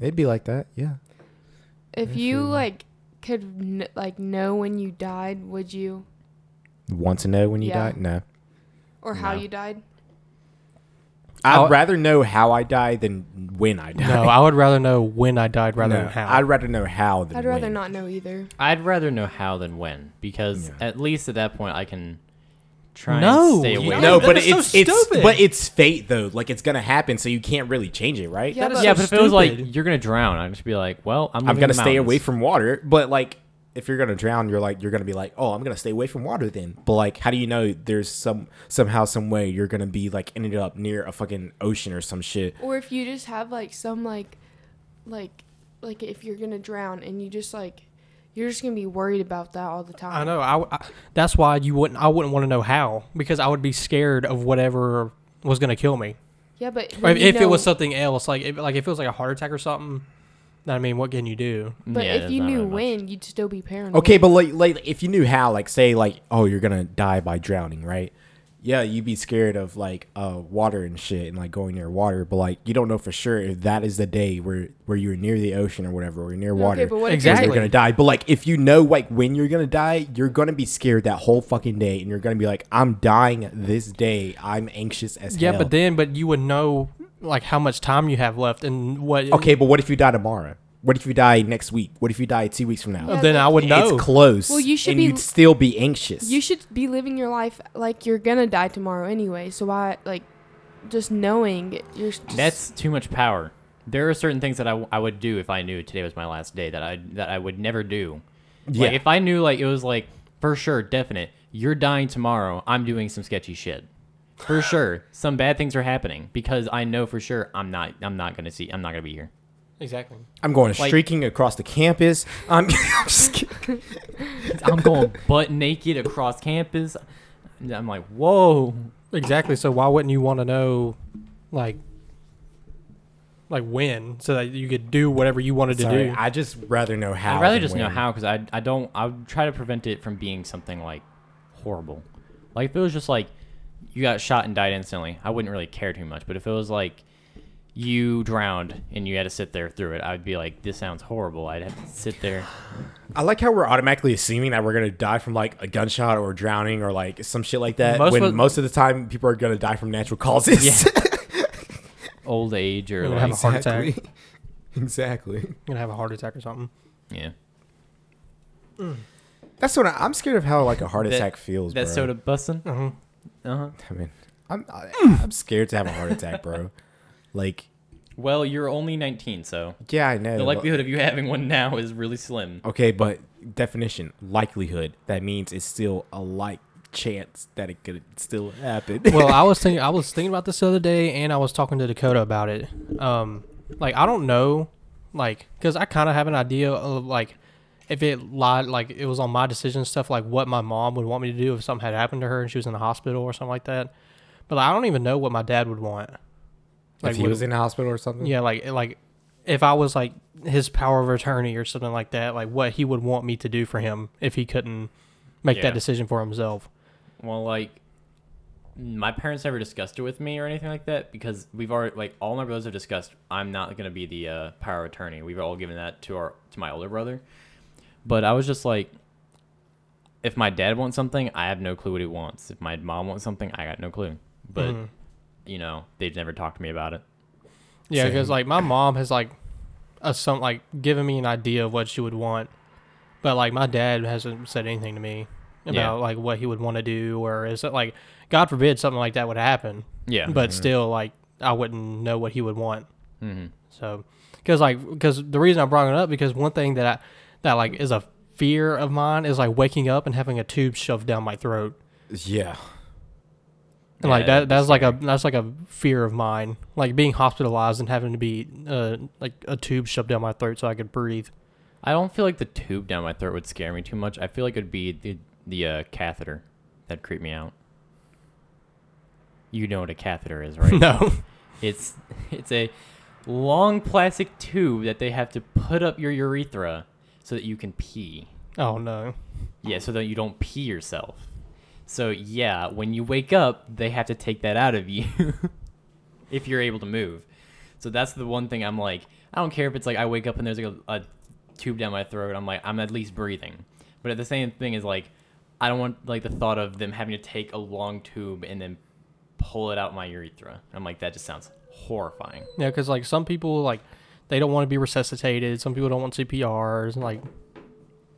Speaker 2: It'd be like that, yeah.
Speaker 4: If you like could kn- like know when you died, would you
Speaker 2: Want to know when you
Speaker 4: Yeah.
Speaker 2: die? No.
Speaker 4: or how
Speaker 3: No.
Speaker 4: you died?
Speaker 2: I'd
Speaker 1: I'll-
Speaker 2: rather know how I die than when I die.
Speaker 1: no, I would rather know when I died rather
Speaker 2: *laughs* No,
Speaker 1: than how.
Speaker 2: I'd rather know how than
Speaker 4: I'd rather
Speaker 2: when.
Speaker 4: not know either.
Speaker 3: I'd rather know how than when because
Speaker 2: Yeah.
Speaker 3: at least at that point I can try
Speaker 1: No,
Speaker 3: and stay
Speaker 1: you
Speaker 3: away.
Speaker 1: don't
Speaker 2: No,
Speaker 1: That
Speaker 2: but
Speaker 1: is so
Speaker 2: it's it's
Speaker 1: stupid.
Speaker 2: but it's fate though. Like it's gonna happen, so you can't really change it, right?
Speaker 4: Yeah,
Speaker 1: is
Speaker 4: but
Speaker 3: yeah,
Speaker 1: so
Speaker 3: but if it was
Speaker 1: stupid.
Speaker 3: like you're gonna drown, I'd just be like, well, I'm.
Speaker 2: I'm
Speaker 3: leaving
Speaker 2: gonna
Speaker 3: the
Speaker 2: stay away
Speaker 3: mountains.
Speaker 2: from water, but like if you're gonna drown, you're like you're gonna be like, oh, I'm gonna stay away from water then. But like, how do you know there's some somehow some way you're gonna be like ended up near a fucking ocean or some shit?
Speaker 4: Or if you just have like some like like like if you're gonna drown and you just like you're just gonna be worried about that all the time.
Speaker 1: I know. I, w- I- that's why you wouldn't. I wouldn't want to know how because I would be scared of whatever was gonna kill me.
Speaker 4: Yeah, but
Speaker 1: Or
Speaker 4: when
Speaker 1: if,
Speaker 4: you
Speaker 1: if it was
Speaker 4: know-
Speaker 1: something else, like if, like if it was like a heart attack or something. I mean, what can you do?
Speaker 4: but
Speaker 3: Yeah,
Speaker 4: if
Speaker 3: there's
Speaker 4: you
Speaker 3: not
Speaker 4: knew
Speaker 3: really much.
Speaker 4: when, you'd still be paranoid.
Speaker 2: Okay, but like, like if you knew how, like say like, oh, you're gonna die by drowning, right? Yeah, you'd be scared of like uh water and shit and like going near water, but like you don't know for sure if that is the day where where you're near the ocean or whatever, or near water.
Speaker 4: Okay, but what
Speaker 1: Exactly.
Speaker 4: exactly.
Speaker 2: You're gonna die, but like if you know like when you're gonna die, you're gonna be scared that whole fucking day, and you're gonna be like, "I'm dying this day. I'm anxious as
Speaker 1: Yeah,
Speaker 2: hell."
Speaker 1: but then, but you would know like how much time you have left and what.
Speaker 2: okay, but what if you die tomorrow? What if you die next week? What if you die two weeks from now?
Speaker 4: Yeah,
Speaker 1: Then I would know.
Speaker 2: It's close.
Speaker 4: Well, you should
Speaker 2: and
Speaker 4: be-
Speaker 2: You'd still be anxious.
Speaker 4: you should be living your life like you're gonna die tomorrow anyway. So why like just knowing it, you're just,
Speaker 3: That's too much power. There are certain things that I, w- I would do if I knew today was my last day that I that I would never do.
Speaker 2: Yeah.
Speaker 3: Like if I knew like it was like for sure definite you're dying tomorrow, I'm doing some sketchy shit.
Speaker 2: *sighs*
Speaker 3: For sure, some bad things are happening because I know for sure I'm not I'm not going to see I'm not going to be here.
Speaker 1: exactly.
Speaker 2: I'm going
Speaker 3: Like-
Speaker 2: streaking across the campus. I'm, *laughs* I'm just kidding.
Speaker 3: I'm going butt naked across campus. And I'm like, "Whoa."
Speaker 1: Exactly. So why wouldn't you want to know, like, like when, so that you could do whatever you wanted
Speaker 2: Sorry,
Speaker 1: to do?
Speaker 2: I just rather know how.
Speaker 3: I'd rather
Speaker 2: than
Speaker 3: just know
Speaker 2: when.
Speaker 3: how because I I don't I would try to prevent it from being something like horrible. Like if it was just like you got shot and died instantly, I wouldn't really care too much. But if it was like you drowned and you had to sit there through it, I'd be like, this sounds horrible. I'd have to
Speaker 2: *sighs*
Speaker 3: sit there.
Speaker 2: I like how we're automatically assuming that we're gonna die from like a gunshot or drowning or like some shit like that.
Speaker 1: Most
Speaker 2: when
Speaker 1: of-
Speaker 2: most of the time people are gonna die from natural causes. *laughs*
Speaker 3: Yeah. Old age or
Speaker 1: You're gonna
Speaker 3: like,
Speaker 1: have a heart attack.
Speaker 2: Exactly. exactly.
Speaker 1: gonna have a heart attack or something.
Speaker 3: yeah.
Speaker 2: That's what I, I'm scared of. How like a heart
Speaker 3: That-
Speaker 2: attack feels.
Speaker 3: That
Speaker 2: bro.
Speaker 3: soda bussin'.
Speaker 1: Uh-huh.
Speaker 3: Uh huh.
Speaker 2: I mean, I'm I,
Speaker 3: Mm.
Speaker 2: I'm scared to have a heart attack, bro. like,
Speaker 3: Well, you're only 19, so
Speaker 2: yeah, I know.
Speaker 3: the
Speaker 2: but-
Speaker 3: likelihood of you having one now is really slim.
Speaker 2: okay, but definition likelihood. That means it's still a like chance that it could still happen.
Speaker 1: *laughs*
Speaker 2: *laughs*
Speaker 1: well, I was thinking I was thinking about this the other day, and I was talking to Dakota about it. Um, like I don't know, like because I kind of have an idea of like if it lied, like it was on my decision stuff, like what my mom would want me to do if something had happened to her and she was in the hospital or something like that. But I don't even know what my dad would want.
Speaker 2: if he
Speaker 1: would-
Speaker 2: was in the hospital or something.
Speaker 1: yeah, like like if I was like his power of attorney or something like that, like what he would want me to do for him if he couldn't make
Speaker 3: Yeah.
Speaker 1: that decision for himself.
Speaker 3: Well, like my parents never discussed it with me or anything like that because we've already like all my brothers have discussed I'm not gonna be the uh, power of attorney. We've all given that to our to my older brother. But I was just like, if my dad wants something, I have no clue what he wants. If my mom wants something, I got no clue. But you know, they've never talked to me about it.
Speaker 1: Yeah, because
Speaker 2: Same.
Speaker 1: like my mom has like a some like given me an idea of what she would want, but like my dad hasn't said anything to me about
Speaker 3: Yeah.
Speaker 1: like what he would want to do or is it like God forbid something like that would happen,
Speaker 3: Yeah, Mm-hmm.
Speaker 1: but still like I wouldn't know what he would want.
Speaker 3: hmm
Speaker 1: So because like because the reason I brought it up because one thing that I that like is a fear of mine is like waking up and having a tube shoved down my throat.
Speaker 2: Yeah.
Speaker 1: And like
Speaker 3: Yeah,
Speaker 1: that that's like a that's like a fear of mine. Like being hospitalized and having to be uh like a tube shoved down my throat so I could breathe. *laughs*
Speaker 3: I don't feel like the tube down my throat would scare me too much. I feel like it'd be the the uh, catheter that creep me out. You know what a catheter is, right?
Speaker 1: No.
Speaker 3: It's it's a long plastic tube that they have to put up your urethra so that you can pee.
Speaker 1: Oh no.
Speaker 3: Yeah, so that you don't pee yourself. So yeah, when you wake up, they have to take that out of you *laughs* if you're able to move. So that's the one thing I'm like, I don't care if it's like I wake up and there's like a, a tube down my throat. I'm like, I'm at least breathing. But at the same thing is like, I don't want like the thought of them having to take a long tube and then pull it out my urethra. I'm like, that just sounds horrifying.
Speaker 1: Yeah, because like some people like they don't want to be resuscitated. Some people don't want CPRs and like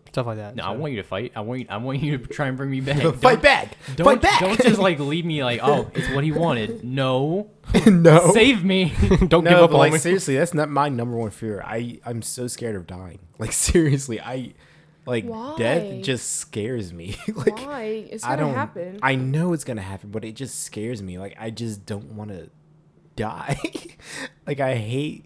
Speaker 1: stuff like that.
Speaker 3: No,
Speaker 1: so.
Speaker 3: I want you to fight. I want you, I want you to *laughs* try and bring me back.
Speaker 2: *laughs* Fight back.
Speaker 3: Don't,
Speaker 2: Fight back.
Speaker 3: don't just like leave me like, oh, it's what he wanted. No,
Speaker 2: *laughs* no. *laughs*
Speaker 3: save me.
Speaker 1: don't give
Speaker 2: no,
Speaker 1: up
Speaker 2: but
Speaker 1: on
Speaker 2: like
Speaker 1: me.
Speaker 2: seriously, that's not my number one fear. I I'm so scared of dying. *laughs* Like seriously, I like
Speaker 4: Why?
Speaker 2: death just scares me. *laughs* like
Speaker 4: Why? It's
Speaker 2: I
Speaker 4: gonna
Speaker 2: don't.
Speaker 4: happen.
Speaker 2: I know it's gonna happen, but it just scares me. Like I just don't want to *laughs* die. like I hate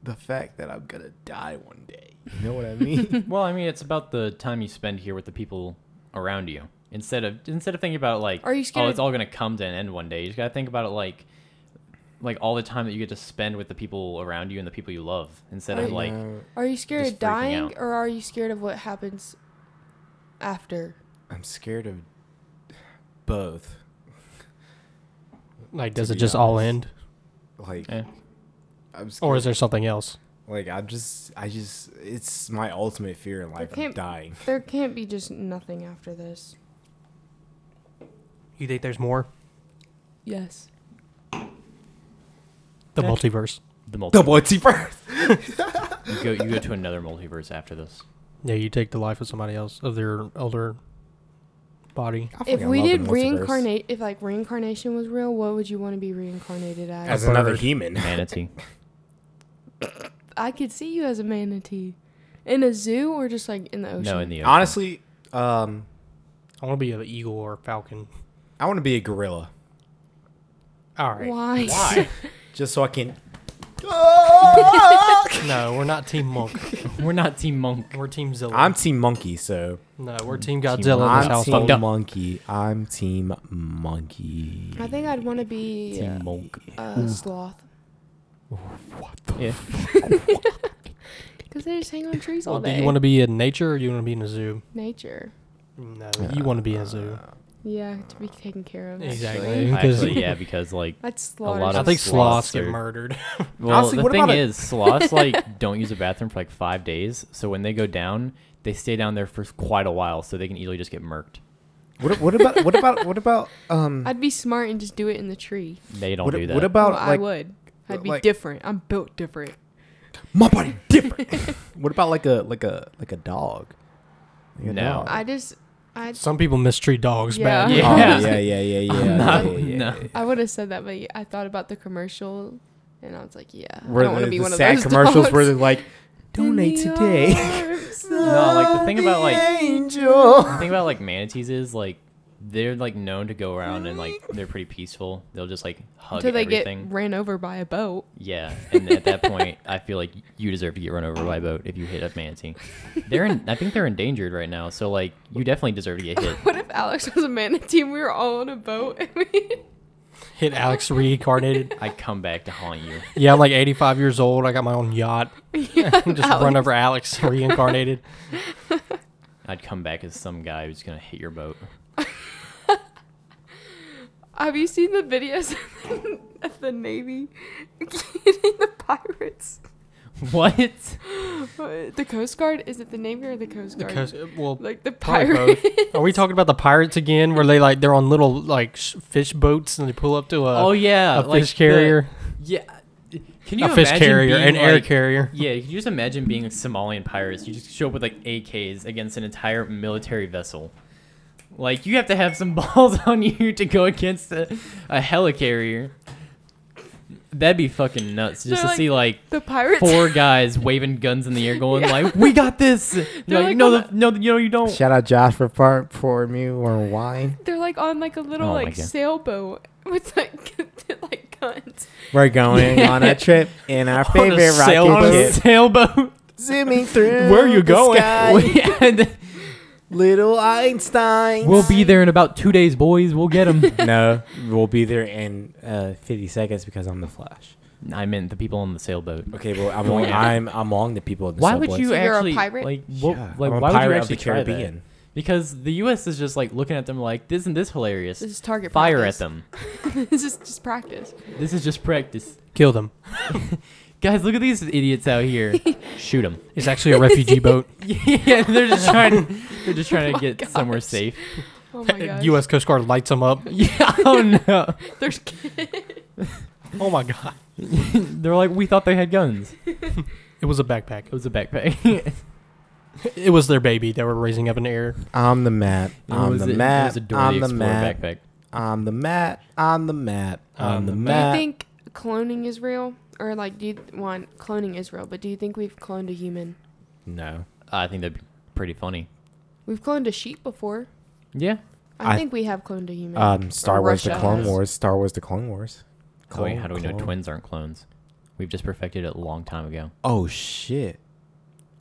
Speaker 2: the fact that I'm gonna die one day. You know what
Speaker 1: *laughs*
Speaker 2: I mean?
Speaker 3: well, I mean, it's about the time you spend here with the people around you. Instead of instead of thinking about like,
Speaker 4: Are you
Speaker 3: oh,
Speaker 4: scared-
Speaker 3: it's all gonna come to an end one day. You just gotta think about it like, like all the time that you get to spend with the people around you and the people you love. Instead
Speaker 4: Are
Speaker 3: of
Speaker 4: you-
Speaker 3: like,
Speaker 2: No,
Speaker 4: Are you scared
Speaker 3: Just
Speaker 4: of
Speaker 3: freaking
Speaker 4: dying
Speaker 3: out.
Speaker 4: or are you scared of what happens after?
Speaker 2: I'm scared of both.
Speaker 1: Like, does
Speaker 2: to
Speaker 1: it
Speaker 2: be
Speaker 1: just all
Speaker 2: honest.
Speaker 1: end,
Speaker 2: Like
Speaker 3: eh.
Speaker 2: I'm scared.
Speaker 1: or is there something else?
Speaker 2: like I'm just I just it's my ultimate fear in life. I'm
Speaker 4: can't-
Speaker 2: dying.
Speaker 4: There can't be just nothing after this.
Speaker 1: You think there's more?
Speaker 4: Yes.
Speaker 1: The
Speaker 3: Yeah.
Speaker 1: multiverse.
Speaker 3: the multi,
Speaker 2: The multiverse.
Speaker 3: you go you go to another multiverse after this.
Speaker 1: Yeah, you take the life of somebody else of their older body.
Speaker 2: I
Speaker 4: If
Speaker 2: fucking
Speaker 4: we
Speaker 2: love the
Speaker 4: did
Speaker 2: multiverse.
Speaker 4: reincarnate, if like reincarnation was real, what would you want to be reincarnated as?
Speaker 2: as
Speaker 1: A
Speaker 2: another
Speaker 1: bird.
Speaker 2: human,
Speaker 3: Manatee.
Speaker 4: I could see you as a manatee, in a zoo or just like in the *laughs* ocean.
Speaker 3: no, in the ocean.
Speaker 2: honestly, um,
Speaker 1: I want to be an eagle or a falcon.
Speaker 2: I want to be a gorilla
Speaker 1: All right.
Speaker 4: Why?
Speaker 3: Why?
Speaker 2: just so I can.
Speaker 1: No, we're not Team Monk.
Speaker 3: We're not Team Monk.
Speaker 1: We're Team Zilla.
Speaker 2: I'm Team Monkey, so
Speaker 1: no, we're Team Godzilla in this
Speaker 2: I'm
Speaker 1: household.
Speaker 2: Team
Speaker 3: Fucked up.
Speaker 2: Monkey. I'm Team Monkey.
Speaker 4: *laughs* I think I'd want to be
Speaker 3: Team Monk.
Speaker 4: a sloth
Speaker 3: Yeah.
Speaker 4: because they just hang
Speaker 1: *laughs*
Speaker 4: on trees all
Speaker 1: Well, Oh, Uh, do
Speaker 4: day.
Speaker 1: you want to be in nature or you want to be in a zoo?
Speaker 4: nature?
Speaker 1: No, you want to be in a zoo.
Speaker 4: Yeah, to be taken care of.
Speaker 1: Exactly. Because-
Speaker 3: Actually, yeah, because like
Speaker 4: That's slaughter.
Speaker 3: lot
Speaker 1: I
Speaker 3: of
Speaker 1: think sloths,
Speaker 3: sloths
Speaker 1: get
Speaker 3: are-
Speaker 1: murdered.
Speaker 3: Well,
Speaker 2: Honestly,
Speaker 3: the
Speaker 2: what
Speaker 3: thing
Speaker 2: about a- *laughs*
Speaker 3: is, sloths like don't use a bathroom for like five days. So when they go down, they stay down there for quite a while, so they can easily just get murked.
Speaker 2: What, what about what about what about um?
Speaker 4: I'd be smart and just do it in the tree.
Speaker 3: They don't
Speaker 2: what,
Speaker 3: do that.
Speaker 2: what about
Speaker 4: Well, I
Speaker 2: like
Speaker 4: would. I'd be
Speaker 2: like-
Speaker 4: different. I'm built different.
Speaker 2: my body
Speaker 4: *laughs*
Speaker 2: different? *laughs* what about like a like a like a dog? Like a
Speaker 3: No.
Speaker 1: Oh.
Speaker 2: dog.
Speaker 4: I just, I,
Speaker 1: Some people mistreat dogs Um,
Speaker 4: Yeah.
Speaker 1: badly.
Speaker 4: *laughs*
Speaker 2: Oh,
Speaker 3: Yeah.
Speaker 2: yeah, yeah, yeah, yeah, yeah, yeah,
Speaker 3: not-
Speaker 2: yeah, yeah,
Speaker 3: no.
Speaker 2: yeah.
Speaker 4: I would have said that, but I thought about the commercial, and I was like, yeah, I
Speaker 2: Where
Speaker 4: don't want
Speaker 2: the,
Speaker 4: to be
Speaker 2: the
Speaker 4: one of
Speaker 2: sad
Speaker 4: those
Speaker 2: commercials
Speaker 4: dogs.
Speaker 2: where they're like,
Speaker 4: In
Speaker 2: donate
Speaker 4: the
Speaker 2: today. *laughs*
Speaker 4: arms
Speaker 3: No, like, the thing
Speaker 2: of
Speaker 3: about, like-
Speaker 2: angel.
Speaker 3: the thing about like manatees is like they're like known to go around and like they're pretty peaceful. They'll just like hug
Speaker 4: Until they
Speaker 3: everything.
Speaker 4: get ran over by a boat.
Speaker 3: yeah, and at that point, *laughs* I feel like you deserve to get run over by a boat if you hit a manatee. They're in. I think they're endangered right now, so like you definitely deserve to get hit.
Speaker 4: *laughs* What if Alex was a manatee and we were all on a boat *laughs* and we
Speaker 1: Hit Alex reincarnated.
Speaker 3: I come back to haunt you.
Speaker 1: Yeah, I'm like 85 years old. I got my own yacht. *laughs*
Speaker 4: yeah,
Speaker 1: *laughs* Just run over Alex
Speaker 4: *laughs*
Speaker 1: reincarnated.
Speaker 3: I'd come back as some guy who's gonna hit your boat. *laughs*
Speaker 4: Have you seen the videos *laughs* of the Navy *laughs* getting the pirates?
Speaker 3: What?
Speaker 4: Uh, The Coast Guard? Is it the Navy or the Coast Guard?
Speaker 1: Because, well,
Speaker 4: Like the
Speaker 1: Probably
Speaker 4: pirates.
Speaker 1: both. Are we talking about the pirates again? Where they like they're on little like sh- fish boats and they pull up to a,
Speaker 3: oh yeah,
Speaker 1: a
Speaker 3: like
Speaker 1: fish
Speaker 3: the-
Speaker 1: carrier,
Speaker 3: yeah. Can you
Speaker 1: a fish
Speaker 3: imagine
Speaker 1: carrier,
Speaker 3: being,
Speaker 1: an air
Speaker 3: like-
Speaker 1: carrier.
Speaker 3: Yeah, you can just imagine being like Somalian pirates. You just show up with like AKs against an entire military vessel. Like you have to have some *laughs* balls on you to go against a, a helicarrier. That'd be fucking nuts just
Speaker 4: They're
Speaker 3: to see like
Speaker 4: *laughs* The pirates.
Speaker 3: four guys waving guns in the air, going
Speaker 4: Yeah.
Speaker 3: like, "We got this." No,
Speaker 4: like,
Speaker 3: no,
Speaker 4: on
Speaker 3: the, no, no, you don't.
Speaker 2: Shout out Josh for par- pouring me more wine.
Speaker 4: They're like on like a little
Speaker 3: Oh my
Speaker 4: like
Speaker 3: God.
Speaker 4: sailboat with like *laughs* like guns.
Speaker 2: We're going
Speaker 3: *laughs*
Speaker 2: on a trip in our
Speaker 3: On a
Speaker 2: favorite
Speaker 3: sail- on
Speaker 2: rocket
Speaker 3: a
Speaker 2: ship,
Speaker 3: sailboat.
Speaker 2: *laughs* zooming through.
Speaker 1: Where you
Speaker 2: the
Speaker 1: going?
Speaker 3: *laughs*
Speaker 2: sky.
Speaker 3: Yeah, and then-
Speaker 2: little Einstein?
Speaker 3: *laughs* We'll be there in about two days, boys. We'll get them.
Speaker 2: no, we'll be there in uh, 50 seconds because I'm the Flash.
Speaker 3: *laughs* I meant the people on the sailboat.
Speaker 2: Okay, well, I'm
Speaker 3: Well,
Speaker 2: on,
Speaker 3: yeah.
Speaker 2: I'm I'm on the people. Of the
Speaker 3: Why would
Speaker 2: subway.
Speaker 3: you
Speaker 4: So you're a
Speaker 3: actually
Speaker 4: pirate?
Speaker 3: like? What,
Speaker 2: Yeah,
Speaker 3: like
Speaker 2: I'm a
Speaker 3: why would
Speaker 2: pirate
Speaker 3: you
Speaker 2: of
Speaker 3: actually
Speaker 2: the
Speaker 3: try that?
Speaker 2: Caribbean.
Speaker 3: Because the U.S. is just like looking at them like, "Isn't this hilarious?"
Speaker 4: This is target
Speaker 3: Fire
Speaker 4: practice.
Speaker 3: at them.
Speaker 4: *laughs* this is just practice.
Speaker 3: This is just practice,
Speaker 1: Kill them.
Speaker 3: guys. Look at these idiots out *laughs* here. Shoot them.
Speaker 1: It's actually a
Speaker 4: *laughs*
Speaker 1: refugee boat.
Speaker 3: yeah, they're just trying.
Speaker 1: *laughs*
Speaker 3: They're just *laughs* trying to get somewhere safe.
Speaker 4: Oh my god.
Speaker 1: U.S. Coast Guard lights them up.
Speaker 3: *laughs* Yeah. Oh no.
Speaker 4: *laughs*
Speaker 3: *laughs*
Speaker 4: There's kids.
Speaker 1: Oh my god!
Speaker 3: they're like, we thought they had guns.
Speaker 1: It was a backpack.
Speaker 3: It was a backpack. *laughs*
Speaker 1: It was their baby they were raising up in the air.
Speaker 2: I'm the map.
Speaker 3: it
Speaker 2: I'm
Speaker 3: was
Speaker 2: the
Speaker 3: a, It
Speaker 2: map.
Speaker 3: was a Dora
Speaker 2: I'm
Speaker 3: the
Speaker 2: the
Speaker 3: Explorer
Speaker 2: map.
Speaker 3: backpack.
Speaker 2: I'm the map. I'm the map.
Speaker 3: Um,
Speaker 2: I'm the
Speaker 4: Do you
Speaker 2: map.
Speaker 4: think cloning is real? Or like do you want cloning is real, but do you think we've cloned a human?
Speaker 2: No.
Speaker 3: I think that'd be pretty funny.
Speaker 4: We've cloned a sheep before.
Speaker 3: Yeah.
Speaker 4: I,
Speaker 2: I-
Speaker 4: think we have cloned a human.
Speaker 3: Uh,
Speaker 2: Um, Star Wars: The
Speaker 4: Russia
Speaker 2: Clone
Speaker 4: has.
Speaker 2: Wars. Star Wars: The Clone Wars.
Speaker 3: Oh, wait, how do we know
Speaker 2: Clone-
Speaker 3: twins aren't clones? We've just perfected it a long time ago.
Speaker 2: Oh shit!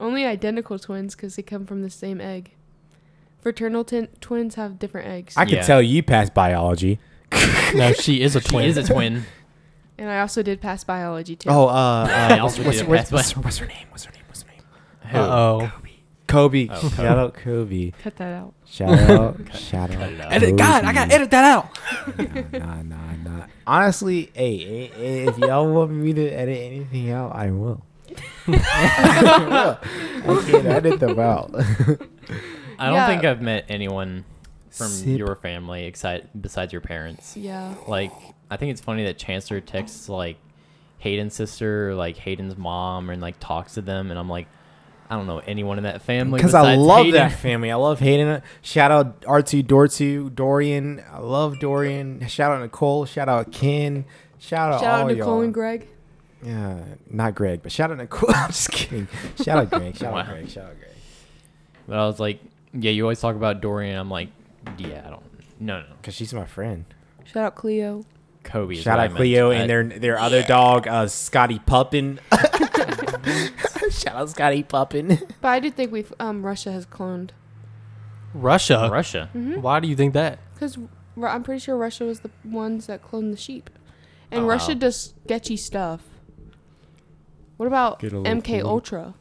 Speaker 4: Only identical twins because they come from the same egg. Fraternal tin twins have different eggs.
Speaker 2: I can
Speaker 3: Yeah.
Speaker 2: tell you passed biology.
Speaker 1: No, she is a
Speaker 3: *laughs* She
Speaker 1: twin.
Speaker 3: is a
Speaker 2: *laughs*
Speaker 3: twin.
Speaker 4: and I also did pass biology too.
Speaker 2: Oh, uh, uh
Speaker 3: *laughs* I
Speaker 2: what's,
Speaker 3: also
Speaker 2: what's,
Speaker 3: did
Speaker 2: what's,
Speaker 3: pass
Speaker 2: what's, what's her name? What's her name? What's her name?
Speaker 3: Who?
Speaker 1: Uh oh.
Speaker 2: Kobe.
Speaker 3: Oh, Kobe.
Speaker 2: Shout out Kobe.
Speaker 4: Cut that out.
Speaker 2: *laughs* Shout out. shout out.
Speaker 3: Hello.
Speaker 2: Edit- God, I gotta
Speaker 1: edit that out.
Speaker 2: *laughs* nah, nah, nah. Honestly, hey, i- i- if y'all want me to edit anything out, I will. *laughs* I can edit them out. *laughs*
Speaker 3: I don't
Speaker 4: Yeah.
Speaker 3: think I've met anyone from
Speaker 2: Sip.
Speaker 3: your family exci- besides your parents.
Speaker 4: Yeah.
Speaker 3: Like, I think it's funny that Chancellor texts like Hayden's sister, like Hayden's mom, and like talks to them, and I'm like, I don't know anyone in that family
Speaker 2: Because I
Speaker 3: besides
Speaker 2: love
Speaker 3: Hayden.
Speaker 2: that family. I love Hayden. Shout out R2 Dortu, Dorian. I love Dorian. Shout out Nicole. Shout out Ken. Shout out
Speaker 4: Shout out
Speaker 2: all
Speaker 4: to
Speaker 2: y'all.
Speaker 4: Cole and Greg.
Speaker 2: Yeah, not Greg, but shout out Nicole. *laughs* I'm just kidding. Shout out Greg. Shout out
Speaker 3: Wow.
Speaker 2: Greg. Shout out Greg.
Speaker 3: But I was like, yeah, you always talk about Dorian. I'm like, yeah, I don't. No, no, no.
Speaker 2: Because she's my friend.
Speaker 4: Shout out Cleo.
Speaker 3: Kobe. is
Speaker 2: Shout
Speaker 3: what I
Speaker 2: out
Speaker 3: meant.
Speaker 2: Cleo
Speaker 3: I-
Speaker 2: and their their other dog, uh, Scotty
Speaker 3: *laughs*
Speaker 2: Puppin. Shout out Scotty Puppin.
Speaker 4: But I do think we've um Russia has cloned
Speaker 1: Russia.
Speaker 3: Russia.
Speaker 4: Mm-hmm.
Speaker 1: Why do you think that?
Speaker 4: because I'm pretty sure Russia was the ones that cloned the sheep, and
Speaker 3: Oh,
Speaker 4: Russia
Speaker 3: wow.
Speaker 4: does sketchy stuff. What about
Speaker 2: Get a little
Speaker 4: MK
Speaker 2: food.
Speaker 4: Ultra?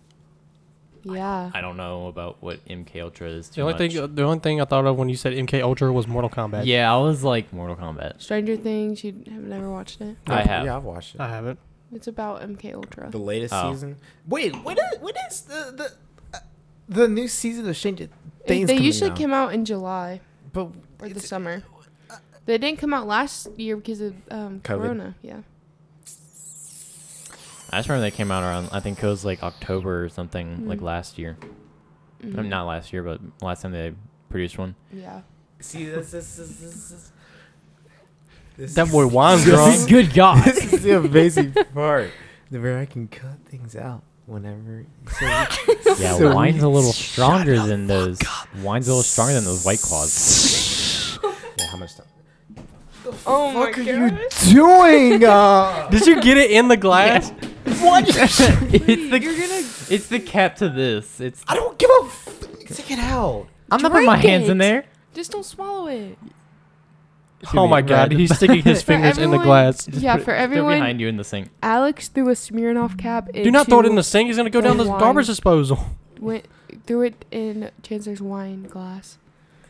Speaker 4: Yeah.
Speaker 3: I don't know about what MK Ultra is.
Speaker 1: The
Speaker 3: Too
Speaker 1: only
Speaker 3: much.
Speaker 1: thing the only thing I thought of when you said MK Ultra was Mortal Kombat.
Speaker 3: yeah, I was like Mortal Kombat.
Speaker 4: Stranger Things. You have never watched it.
Speaker 3: I have.
Speaker 2: Yeah, I've watched it.
Speaker 1: I haven't.
Speaker 4: It's about MK Ultra.
Speaker 2: The latest
Speaker 3: Oh.
Speaker 2: season. Wait, what is what is the the uh, the new season of Stranger
Speaker 4: It-
Speaker 2: Things?
Speaker 4: they
Speaker 2: coming
Speaker 4: usually
Speaker 2: out.
Speaker 4: came out in July
Speaker 2: But
Speaker 4: or the
Speaker 2: it's-
Speaker 4: summer. They didn't come out last year because of um,
Speaker 2: COVID.
Speaker 4: Corona. Yeah.
Speaker 3: I just remember they came out around. I think it was like October or something, like
Speaker 2: Mm-hmm.
Speaker 4: Mhm.
Speaker 3: last year.
Speaker 4: Mhm.
Speaker 3: Um, Not last year, but last time they produced one.
Speaker 4: Yeah.
Speaker 2: see this this this this. this. This
Speaker 1: That
Speaker 2: is- *laughs*
Speaker 1: boy Juan's drunk.
Speaker 3: Good God.
Speaker 2: This is the *laughs* amazing part, where I can cut things out whenever. So we-
Speaker 3: *laughs* Yeah,
Speaker 2: so
Speaker 3: wine's
Speaker 2: we-
Speaker 3: a little stronger than those. Wine's a little stronger than those white claws.
Speaker 2: Yeah, how much time?
Speaker 4: Oh
Speaker 2: What are you doing? Uh,
Speaker 1: Did you get it in the glass?
Speaker 2: *laughs* what?
Speaker 3: *laughs* it's the
Speaker 4: You're gonna
Speaker 3: it's the cap to this. It's
Speaker 2: *laughs* I don't give a. F- take it out.
Speaker 3: I'm not putting my
Speaker 4: drink
Speaker 3: hands in
Speaker 4: it.
Speaker 3: there.
Speaker 4: just don't swallow it.
Speaker 1: *laughs* Oh my God! He's sticking
Speaker 4: *laughs*
Speaker 1: his
Speaker 4: For
Speaker 1: fingers in the
Speaker 4: everyone-
Speaker 1: glass.
Speaker 4: Yeah, for
Speaker 3: They're
Speaker 4: everyone,
Speaker 3: behind you in the sink.
Speaker 4: Alex threw a Smirnoff cap.
Speaker 1: Do not throw it in
Speaker 4: into-
Speaker 1: the sink. He's gonna go down the
Speaker 4: wine.
Speaker 1: garbage disposal.
Speaker 4: Went threw it in Chancellor's wine glass.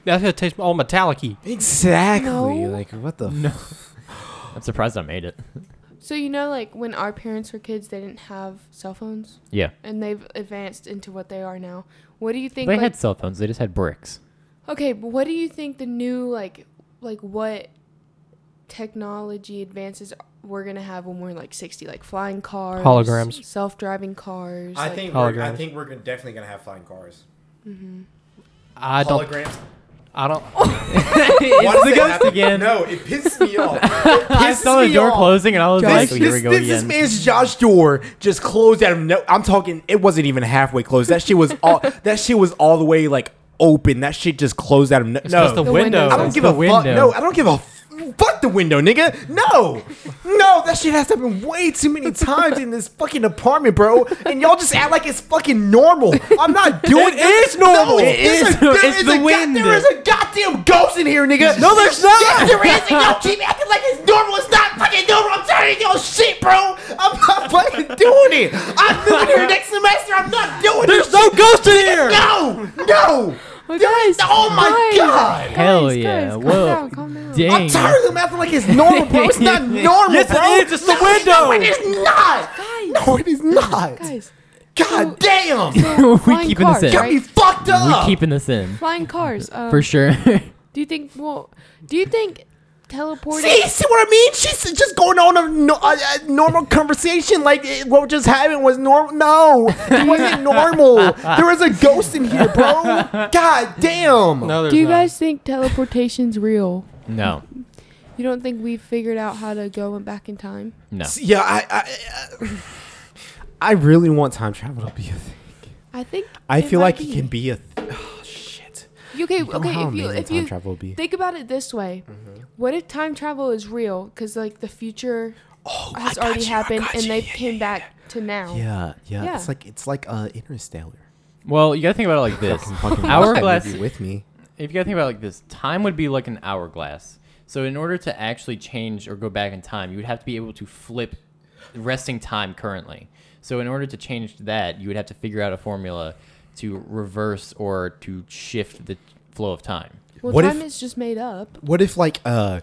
Speaker 1: That's gonna taste all metallic-y.
Speaker 2: Exactly.
Speaker 4: No.
Speaker 2: Like what the? No.
Speaker 3: I'm surprised I made it.
Speaker 4: So you know, like when our parents were kids, they didn't have cell phones,
Speaker 3: Yeah,
Speaker 4: and they've advanced into what they are now. What do you think?
Speaker 3: they
Speaker 4: like,
Speaker 3: had cell phones. They just had bricks.
Speaker 4: okay, but what do you think the new like, like what technology advances we're gonna have when we're like sixty? Like flying cars,
Speaker 1: Holograms.
Speaker 4: self-driving cars.
Speaker 2: I
Speaker 4: like-
Speaker 2: think we're, I
Speaker 1: Holograms.
Speaker 2: think we're gonna- definitely gonna have flying cars.
Speaker 1: I don't.
Speaker 2: Holograms.
Speaker 1: I don't.
Speaker 4: Oh,
Speaker 2: Why does it have to-
Speaker 3: again.
Speaker 2: No, it pisses *laughs* me off. It pisses
Speaker 3: I saw the
Speaker 2: me
Speaker 3: door
Speaker 2: off.
Speaker 3: closing and I was
Speaker 2: This,
Speaker 3: like, oh, "Here we
Speaker 2: this,
Speaker 3: go
Speaker 2: this, this
Speaker 3: again."
Speaker 2: man's Josh door just closed out of no. I'm talking. It wasn't even halfway closed. That shit was all. *laughs* that shit was all the way like open. That shit just closed out of no. no.
Speaker 1: 'cause the
Speaker 4: The
Speaker 1: window.
Speaker 4: window.
Speaker 2: I don't
Speaker 3: It's
Speaker 2: give
Speaker 3: the
Speaker 2: a fuck.
Speaker 3: window.
Speaker 2: No, I don't give a f- fuck the window, nigga. No, no, that shit has happened way too many times in this fucking apartment, bro. And y'all just act like it's fucking normal. I'm not doing it. It is normal. it is.
Speaker 3: is- it's the
Speaker 2: a god-
Speaker 3: window.
Speaker 2: there is a goddamn ghost in here, nigga.
Speaker 1: No, there's not.
Speaker 2: Yes, there is. And y'all keep acting like it's normal. It's not fucking normal. I'm tired of y'all shit, bro. I'm not fucking doing it. I'm moving here next semester. I'm not doing
Speaker 1: There's
Speaker 2: this
Speaker 1: no
Speaker 2: shit.
Speaker 1: ghost in here.
Speaker 2: No, no.
Speaker 4: Well,
Speaker 2: There is-
Speaker 4: guys,
Speaker 2: oh my
Speaker 4: guys,
Speaker 2: god.
Speaker 3: Hell
Speaker 4: guys,
Speaker 3: yeah.
Speaker 4: Guys, calm
Speaker 3: Whoa.
Speaker 4: down, calm down.
Speaker 3: Dang.
Speaker 2: I'm tired of them acting like it's normal, bro.
Speaker 1: *laughs*
Speaker 2: It's not normal,
Speaker 1: Yes, it
Speaker 2: bro.
Speaker 1: is. It's the
Speaker 2: no, No, it
Speaker 1: window.
Speaker 2: is not.
Speaker 4: Guys,
Speaker 2: No, it is not.
Speaker 3: *laughs*
Speaker 4: guys.
Speaker 2: God damn.
Speaker 4: So,
Speaker 3: We
Speaker 4: flying
Speaker 3: keeping this
Speaker 4: cars,
Speaker 3: in.
Speaker 2: Got
Speaker 4: right?
Speaker 2: me fucked
Speaker 3: We're
Speaker 2: up.
Speaker 3: keeping this in
Speaker 4: Flying cars. Um,
Speaker 3: for sure. *laughs*
Speaker 4: Do you think? Well, do you think teleporting?
Speaker 2: See, see what I mean? She's just going on a, no, a, a normal conversation like it, what just happened was normal. No,
Speaker 1: *laughs*
Speaker 2: it wasn't normal. There was a ghost in here, bro. God damn.
Speaker 1: No, there's
Speaker 4: do you
Speaker 1: not.
Speaker 4: guys think teleportation's real?
Speaker 3: no,
Speaker 4: You don't think we've figured out how to go back in time?
Speaker 3: no.
Speaker 2: Yeah, I, I, I, I really want time travel to be a thing.
Speaker 4: I think.
Speaker 2: I feel
Speaker 4: might
Speaker 2: like it can be a. Th- oh, shit.
Speaker 4: Okay,
Speaker 2: You know
Speaker 4: okay.
Speaker 2: how
Speaker 4: If you
Speaker 2: amazing
Speaker 4: if you
Speaker 2: travel would be.
Speaker 4: think about it this way,
Speaker 2: Mm-hmm.
Speaker 4: what if time travel is real? Because like the future
Speaker 2: oh, I
Speaker 4: has
Speaker 2: got
Speaker 4: already
Speaker 2: you, I
Speaker 4: happened,
Speaker 2: got
Speaker 4: and
Speaker 2: you.
Speaker 4: they
Speaker 2: Yeah,
Speaker 4: came back to now.
Speaker 2: Yeah, yeah,
Speaker 4: Yeah.
Speaker 2: It's like it's like uh, Interstellar.
Speaker 3: Well, you gotta think about it like
Speaker 2: *laughs*
Speaker 3: this.
Speaker 2: Fucking- fucking watch that
Speaker 3: Hourglass.
Speaker 2: movie with me.
Speaker 3: If you gotta think about it like this, time would be like an hourglass. So in order to actually change or go back in time, you would have to be able to flip resting time currently. So in order to change that, you would have to figure out a formula to reverse or to shift the flow of time.
Speaker 4: Well,
Speaker 2: What
Speaker 4: time
Speaker 2: if-
Speaker 4: is just made up.
Speaker 2: What if like uh,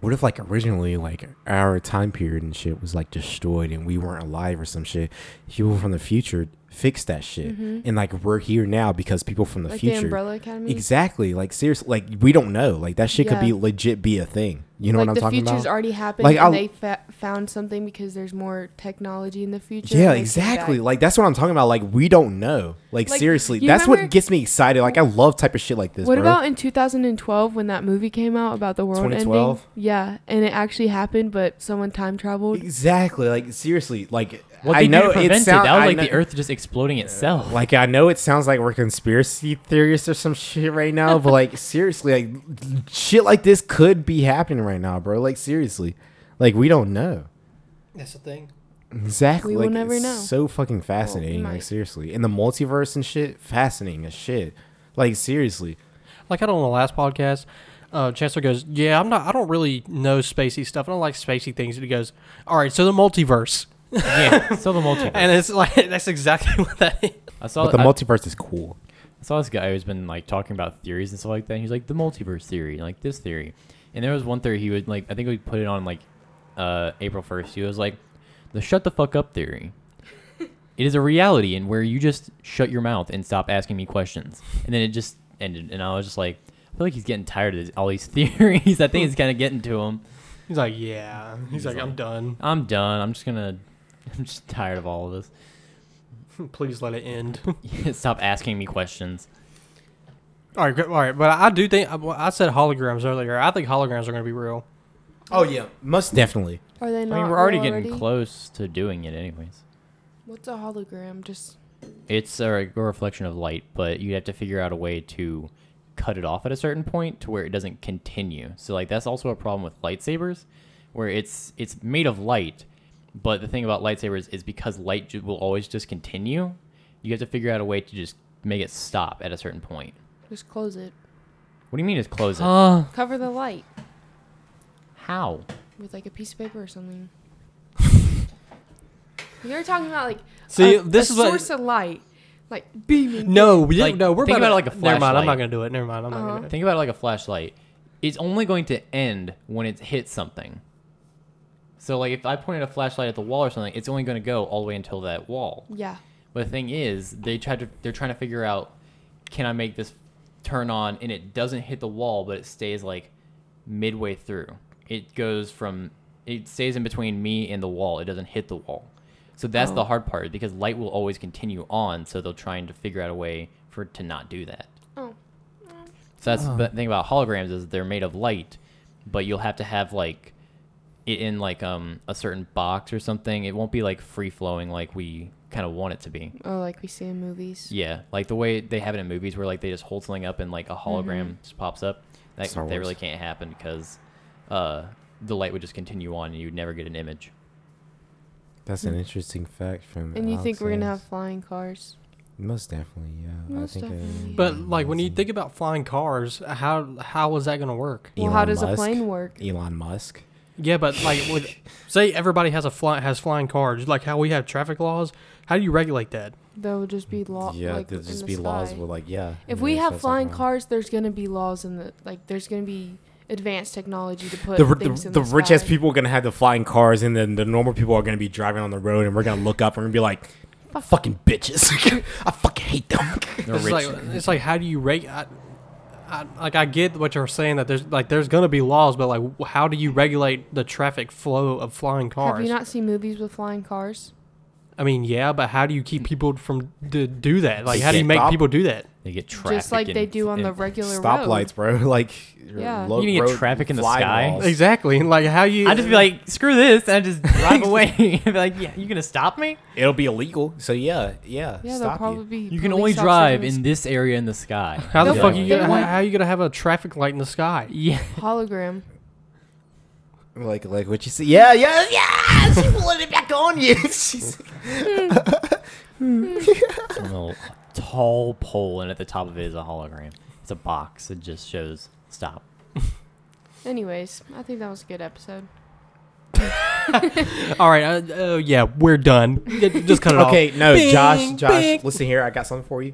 Speaker 2: what if like originally like our time period and shit was like destroyed and we weren't alive or some shit? People from the future fixed that shit, and like we're here now because people from the
Speaker 4: Mm-hmm. Like the
Speaker 2: future.
Speaker 4: Umbrella Academy?
Speaker 2: Exactly. Like seriously, like we don't know. Like that shit could be
Speaker 4: Yeah.
Speaker 2: legit be a thing. You know
Speaker 4: like
Speaker 2: what I'm
Speaker 4: the
Speaker 2: talking
Speaker 4: future's
Speaker 2: about?
Speaker 4: already happened,
Speaker 2: Like,
Speaker 4: and
Speaker 2: I'll-
Speaker 4: they fa- found something because there's more technology in the future.
Speaker 2: Yeah,
Speaker 4: and they came
Speaker 2: exactly.
Speaker 4: back.
Speaker 2: Like that's what I'm talking about. Like we don't know. Like,
Speaker 4: Like,
Speaker 2: seriously,
Speaker 4: you
Speaker 2: that's what
Speaker 4: remember-
Speaker 2: gets me excited. Like I love type of shit like this.
Speaker 4: What
Speaker 2: bro.
Speaker 4: about in 2012 when that movie came out about the world
Speaker 2: 2012?
Speaker 4: ending? Yeah, and it actually happened, but someone time traveled.
Speaker 2: exactly? Like seriously, like
Speaker 3: What
Speaker 2: I
Speaker 3: they
Speaker 2: know
Speaker 3: do to prevent
Speaker 2: it
Speaker 3: it,
Speaker 2: sounds
Speaker 3: that was like the Earth just exploding itself.
Speaker 2: *laughs* Like I know it sounds like we're conspiracy theorists or some shit right now, but
Speaker 4: *laughs*
Speaker 2: like seriously, like shit like this could be happening right now, bro. Like seriously, like we don't know.
Speaker 1: That's the thing.
Speaker 2: Exactly.
Speaker 4: We will
Speaker 2: like,
Speaker 4: never
Speaker 2: it's
Speaker 4: know.
Speaker 2: So fucking fascinating. like
Speaker 4: might.
Speaker 2: seriously, in the multiverse and shit, fascinating as shit. Like seriously,
Speaker 1: Like I don't know. The last podcast, uh, Chancellor goes, "Yeah, I'm not. I don't really know spacey stuff. I don't like spacey things." And he goes, "All right, so the multiverse."
Speaker 3: *laughs* yeah, still the multiverse.
Speaker 1: and it's like *laughs* that's exactly what that is.
Speaker 3: I saw
Speaker 2: But the
Speaker 3: I-
Speaker 2: multiverse is cool.
Speaker 3: I saw this guy who's been like talking about theories and stuff like that. And he's like the multiverse theory, and, like this theory, and there was one theory he would like. I think we put it on like uh, April first. He was like the shut the fuck up theory. it is a reality in where you just shut your mouth and stop asking me questions, and then it just ended. And I was just like, I feel like he's getting tired of this, all these *laughs* theories. I think it's kind of getting to him.
Speaker 1: He's like, yeah. He's,
Speaker 3: He's
Speaker 1: like, I'm
Speaker 3: like-
Speaker 1: done.
Speaker 3: I'm done. I'm just gonna. *laughs* I'm just tired of all of this.
Speaker 1: *laughs* Please let it end.
Speaker 3: *laughs* stop asking me questions.
Speaker 1: *laughs* all right, good- all right. But I do think I- well, I said holograms earlier. I think holograms are going to be real.
Speaker 2: Oh yeah, most definitely.
Speaker 4: Are they
Speaker 3: I
Speaker 4: not?
Speaker 3: mean, we're already
Speaker 4: real
Speaker 3: getting close to doing it, anyways.
Speaker 4: What's a hologram? Just
Speaker 3: It's a, re- a reflection of light, but you have to figure out a way to cut it off at a certain point to where it doesn't continue. So like that's also a problem with lightsabers, where it's it's made of light, but the thing about lightsabers is because light ju- will always just continue. You have to figure out a way to just make it stop at a certain point.
Speaker 4: just close it.
Speaker 3: What do you mean is close it?
Speaker 4: Cover the light
Speaker 3: How?
Speaker 4: with like a piece of paper
Speaker 1: *laughs*
Speaker 4: or something. you were talking about like
Speaker 1: See,
Speaker 4: a,
Speaker 1: this
Speaker 4: a
Speaker 1: is what-
Speaker 4: source of light, like beaming.
Speaker 1: No, we
Speaker 3: Like,
Speaker 1: didn't. no, we're
Speaker 3: think
Speaker 1: about,
Speaker 3: about
Speaker 1: to,
Speaker 3: it like a
Speaker 1: Never mind. I'm not
Speaker 3: flashlight. Uh,
Speaker 1: going to do it. Never mind. I'm not
Speaker 4: Uh-huh.
Speaker 1: going to do it.
Speaker 3: Think about it like a flashlight. It's only going to end when it hits something. So like if I pointed a flashlight at the wall or something, it's only going to go all the way until that wall.
Speaker 4: Yeah.
Speaker 3: But the thing is, they tried to they're trying to figure out can I make this turn on and it doesn't hit the wall, but it stays like midway through. It goes from it stays in between me and the wall. It doesn't hit the wall. So that's the
Speaker 4: Oh.
Speaker 3: hard part because light will always continue on, so they're trying to figure out a way for it to not do that.
Speaker 4: Oh.
Speaker 3: So that's the thing about holograms is they're made of light, but you'll have to have like it in like um a certain box or something. It won't be like free flowing like we kind of want it to be.
Speaker 4: Oh, like we see in movies.
Speaker 3: Yeah, like the way they have it in movies where like they just hold something up and like a hologram
Speaker 4: Mm-hmm.
Speaker 3: just pops up. That
Speaker 2: Star
Speaker 3: they
Speaker 2: Wars.
Speaker 3: really can't happen because uh, the light would just continue on and you'd never get an image.
Speaker 2: That's an interesting fact from.
Speaker 4: And you think we're gonna have
Speaker 2: Alexander's.
Speaker 4: flying cars?
Speaker 2: Most definitely, yeah.
Speaker 4: Most
Speaker 2: I think. uh,
Speaker 4: definitely.
Speaker 1: But like when you
Speaker 2: amazing.
Speaker 1: think about flying cars, how how is that going to work?
Speaker 4: Well, how
Speaker 2: Elon
Speaker 4: does a
Speaker 2: Musk-
Speaker 4: plane work?
Speaker 2: Elon Musk.
Speaker 1: Yeah, but like with say everybody has a fly has flying cars, like how we have traffic laws. How do you regulate that?
Speaker 4: There will just be law.
Speaker 2: yeah,
Speaker 4: like,
Speaker 2: there'll
Speaker 4: in
Speaker 2: just
Speaker 4: the
Speaker 2: be laws.
Speaker 4: sky.
Speaker 2: With like, yeah.
Speaker 4: If
Speaker 2: and
Speaker 4: we
Speaker 2: there's
Speaker 4: have
Speaker 2: just, like,
Speaker 4: flying
Speaker 2: one-
Speaker 4: cars, there's gonna be laws in the like. There's gonna be advanced technology to put
Speaker 2: the, the,
Speaker 4: things
Speaker 2: the,
Speaker 4: in
Speaker 2: the
Speaker 4: the,
Speaker 2: rich ass
Speaker 4: sky.
Speaker 2: people are gonna have the flying cars, and then the normal people are gonna be driving on the road, and we're gonna look up and we're gonna be like, "Fucking bitches, *laughs* I fucking
Speaker 1: *laughs*
Speaker 2: hate them."
Speaker 3: They're
Speaker 1: It's
Speaker 3: rich.
Speaker 1: like it's like how do you reg? I, I, like I get what you're saying that there's like there's going to be laws, but like w- how do you regulate the traffic flow of flying cars?
Speaker 4: Have you not seen movies with flying cars?
Speaker 1: I mean, yeah, but how do you keep people from to do that? Like
Speaker 2: Just
Speaker 1: how do you
Speaker 2: get
Speaker 1: make
Speaker 2: stop.
Speaker 1: people do that?
Speaker 3: they get traffic.
Speaker 4: Just like
Speaker 3: in-
Speaker 4: they do on
Speaker 3: in-
Speaker 4: the regular road.
Speaker 2: Stoplights, bro. *laughs* Like, your
Speaker 4: Yeah.
Speaker 2: lo-
Speaker 3: You need to get
Speaker 2: road
Speaker 3: traffic in the
Speaker 2: fly
Speaker 3: sky.
Speaker 2: laws.
Speaker 1: Exactly. and, Like how you
Speaker 3: I'd just be like, screw this, and I'd just
Speaker 4: *laughs*
Speaker 3: drive away. *laughs* I'd be like, yeah, you gonna stop me?
Speaker 2: It'll be illegal. So yeah, yeah.
Speaker 4: Yeah, they'll
Speaker 2: stop
Speaker 4: probably
Speaker 2: you.
Speaker 4: be.
Speaker 3: You can only
Speaker 4: police officers
Speaker 3: drive
Speaker 4: the
Speaker 3: in this area in the *laughs* sky.
Speaker 1: how the
Speaker 4: They'll
Speaker 1: fuck
Speaker 4: fuck-
Speaker 1: you
Speaker 4: they
Speaker 1: gonna, how,
Speaker 4: want-
Speaker 1: how you gonna have a traffic light in the sky?
Speaker 3: *laughs* Yeah.
Speaker 4: hologram.
Speaker 2: Like, like what you see? Yeah, yeah, yeah. She pulling it back on
Speaker 1: *laughs*
Speaker 2: you. *laughs* She's
Speaker 3: a little tall pole, and at the top of it is a hologram. It's a box. It just shows stop.
Speaker 4: Anyways, I think that was a good episode.
Speaker 1: All right. Uh, uh, yeah, we're done. Get- Just cut *laughs* it off.
Speaker 2: okay. No,
Speaker 1: Bing,
Speaker 2: Josh, Josh,
Speaker 1: bing.
Speaker 2: listen here. I got something for you.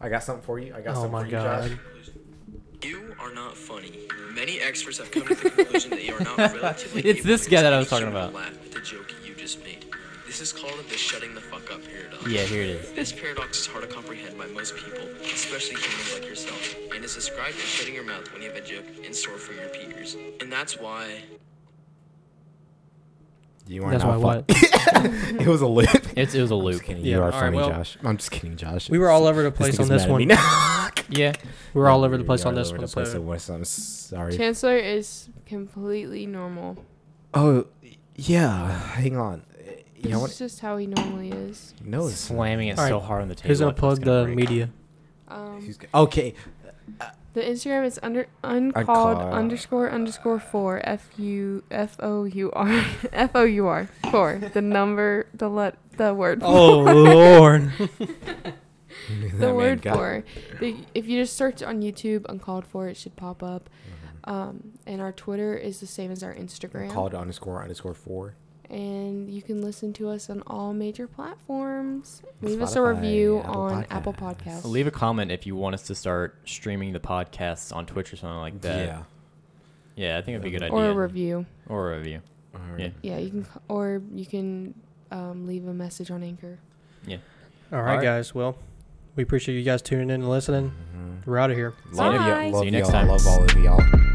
Speaker 2: I got something for you. I got
Speaker 1: Oh
Speaker 2: something
Speaker 1: my
Speaker 2: for you,
Speaker 1: god.
Speaker 2: Josh.
Speaker 5: You are not funny. Many experts have come to the conclusion that you
Speaker 3: *laughs*
Speaker 5: are not relatively.
Speaker 3: It's
Speaker 5: able
Speaker 3: this
Speaker 5: to
Speaker 3: guy that I
Speaker 5: explain
Speaker 3: was talking
Speaker 5: someone
Speaker 3: about.
Speaker 5: Laugh at the joke you just made. This is called the shutting the fuck up paradox.
Speaker 3: Yeah, here it is.
Speaker 5: This paradox is hard to comprehend by most people, especially humans like yourself, and is described as shutting your mouth when you have a joke in store for your peers. And that's why
Speaker 2: You are
Speaker 1: That's why
Speaker 2: not
Speaker 1: what?
Speaker 2: funny. *laughs* It was a *laughs* loop.
Speaker 3: It's, it was a loop.
Speaker 2: kidding.
Speaker 1: Yeah,
Speaker 2: you are
Speaker 1: all right,
Speaker 2: funny,
Speaker 1: well,
Speaker 2: Josh. I'm just kidding,
Speaker 1: *laughs*
Speaker 2: Josh.
Speaker 1: We were all over the place on this
Speaker 2: nigga's mad at me
Speaker 1: one.
Speaker 2: now.
Speaker 3: Yeah.
Speaker 1: We *laughs* were all
Speaker 2: *laughs*
Speaker 1: over the
Speaker 2: We
Speaker 1: place
Speaker 2: are
Speaker 1: on this
Speaker 2: all over
Speaker 1: one.
Speaker 2: the place
Speaker 1: so-
Speaker 2: on this I'm sorry.
Speaker 4: Chancellor is completely normal.
Speaker 2: Oh, yeah. Hang on. You
Speaker 4: This
Speaker 2: know
Speaker 4: is
Speaker 2: what?
Speaker 4: just how he normally is.
Speaker 2: No, it's
Speaker 3: Slamming it
Speaker 1: All
Speaker 3: so
Speaker 1: right.
Speaker 3: hard on the table.
Speaker 1: Who's gonna
Speaker 3: I feel it's
Speaker 1: plug the
Speaker 3: break.
Speaker 1: media?
Speaker 4: Um,
Speaker 2: *laughs* Who's go- Okay. *laughs*
Speaker 4: the Instagram is under uncalled
Speaker 2: Uncalled.
Speaker 4: underscore underscore four f u f o u r *laughs* f o u r four. The number, the let, the word.
Speaker 1: Oh lord.
Speaker 4: the word for. The, if you just search on YouTube uncalled for, it should pop up. Um, and our Twitter is the same as our
Speaker 2: *laughs*
Speaker 4: Instagram.
Speaker 2: Called underscore underscore four.
Speaker 4: And you can listen to us on all major platforms. Leave us a
Speaker 2: Spotify,
Speaker 4: review
Speaker 2: Apple
Speaker 4: on
Speaker 2: Podcasts.
Speaker 4: Apple Podcasts.
Speaker 3: Leave a comment if you want us to start streaming the podcasts on Twitch or something like that.
Speaker 2: Yeah.
Speaker 3: Yeah, I think it'd be a good idea.
Speaker 4: or a review.
Speaker 3: Or a review.
Speaker 2: Alright.
Speaker 3: Yeah.
Speaker 4: Yeah, you can, c- or you can um, leave a message on Anchor.
Speaker 1: All
Speaker 3: All
Speaker 1: right,
Speaker 3: right.
Speaker 1: guys. Well, we appreciate you guys tuning in and listening.
Speaker 2: Mhm.
Speaker 1: We're out of here.
Speaker 2: Love
Speaker 4: Bye.
Speaker 2: y'all. Love
Speaker 3: See you
Speaker 2: y'all.
Speaker 3: next time.
Speaker 2: Love all of y'all.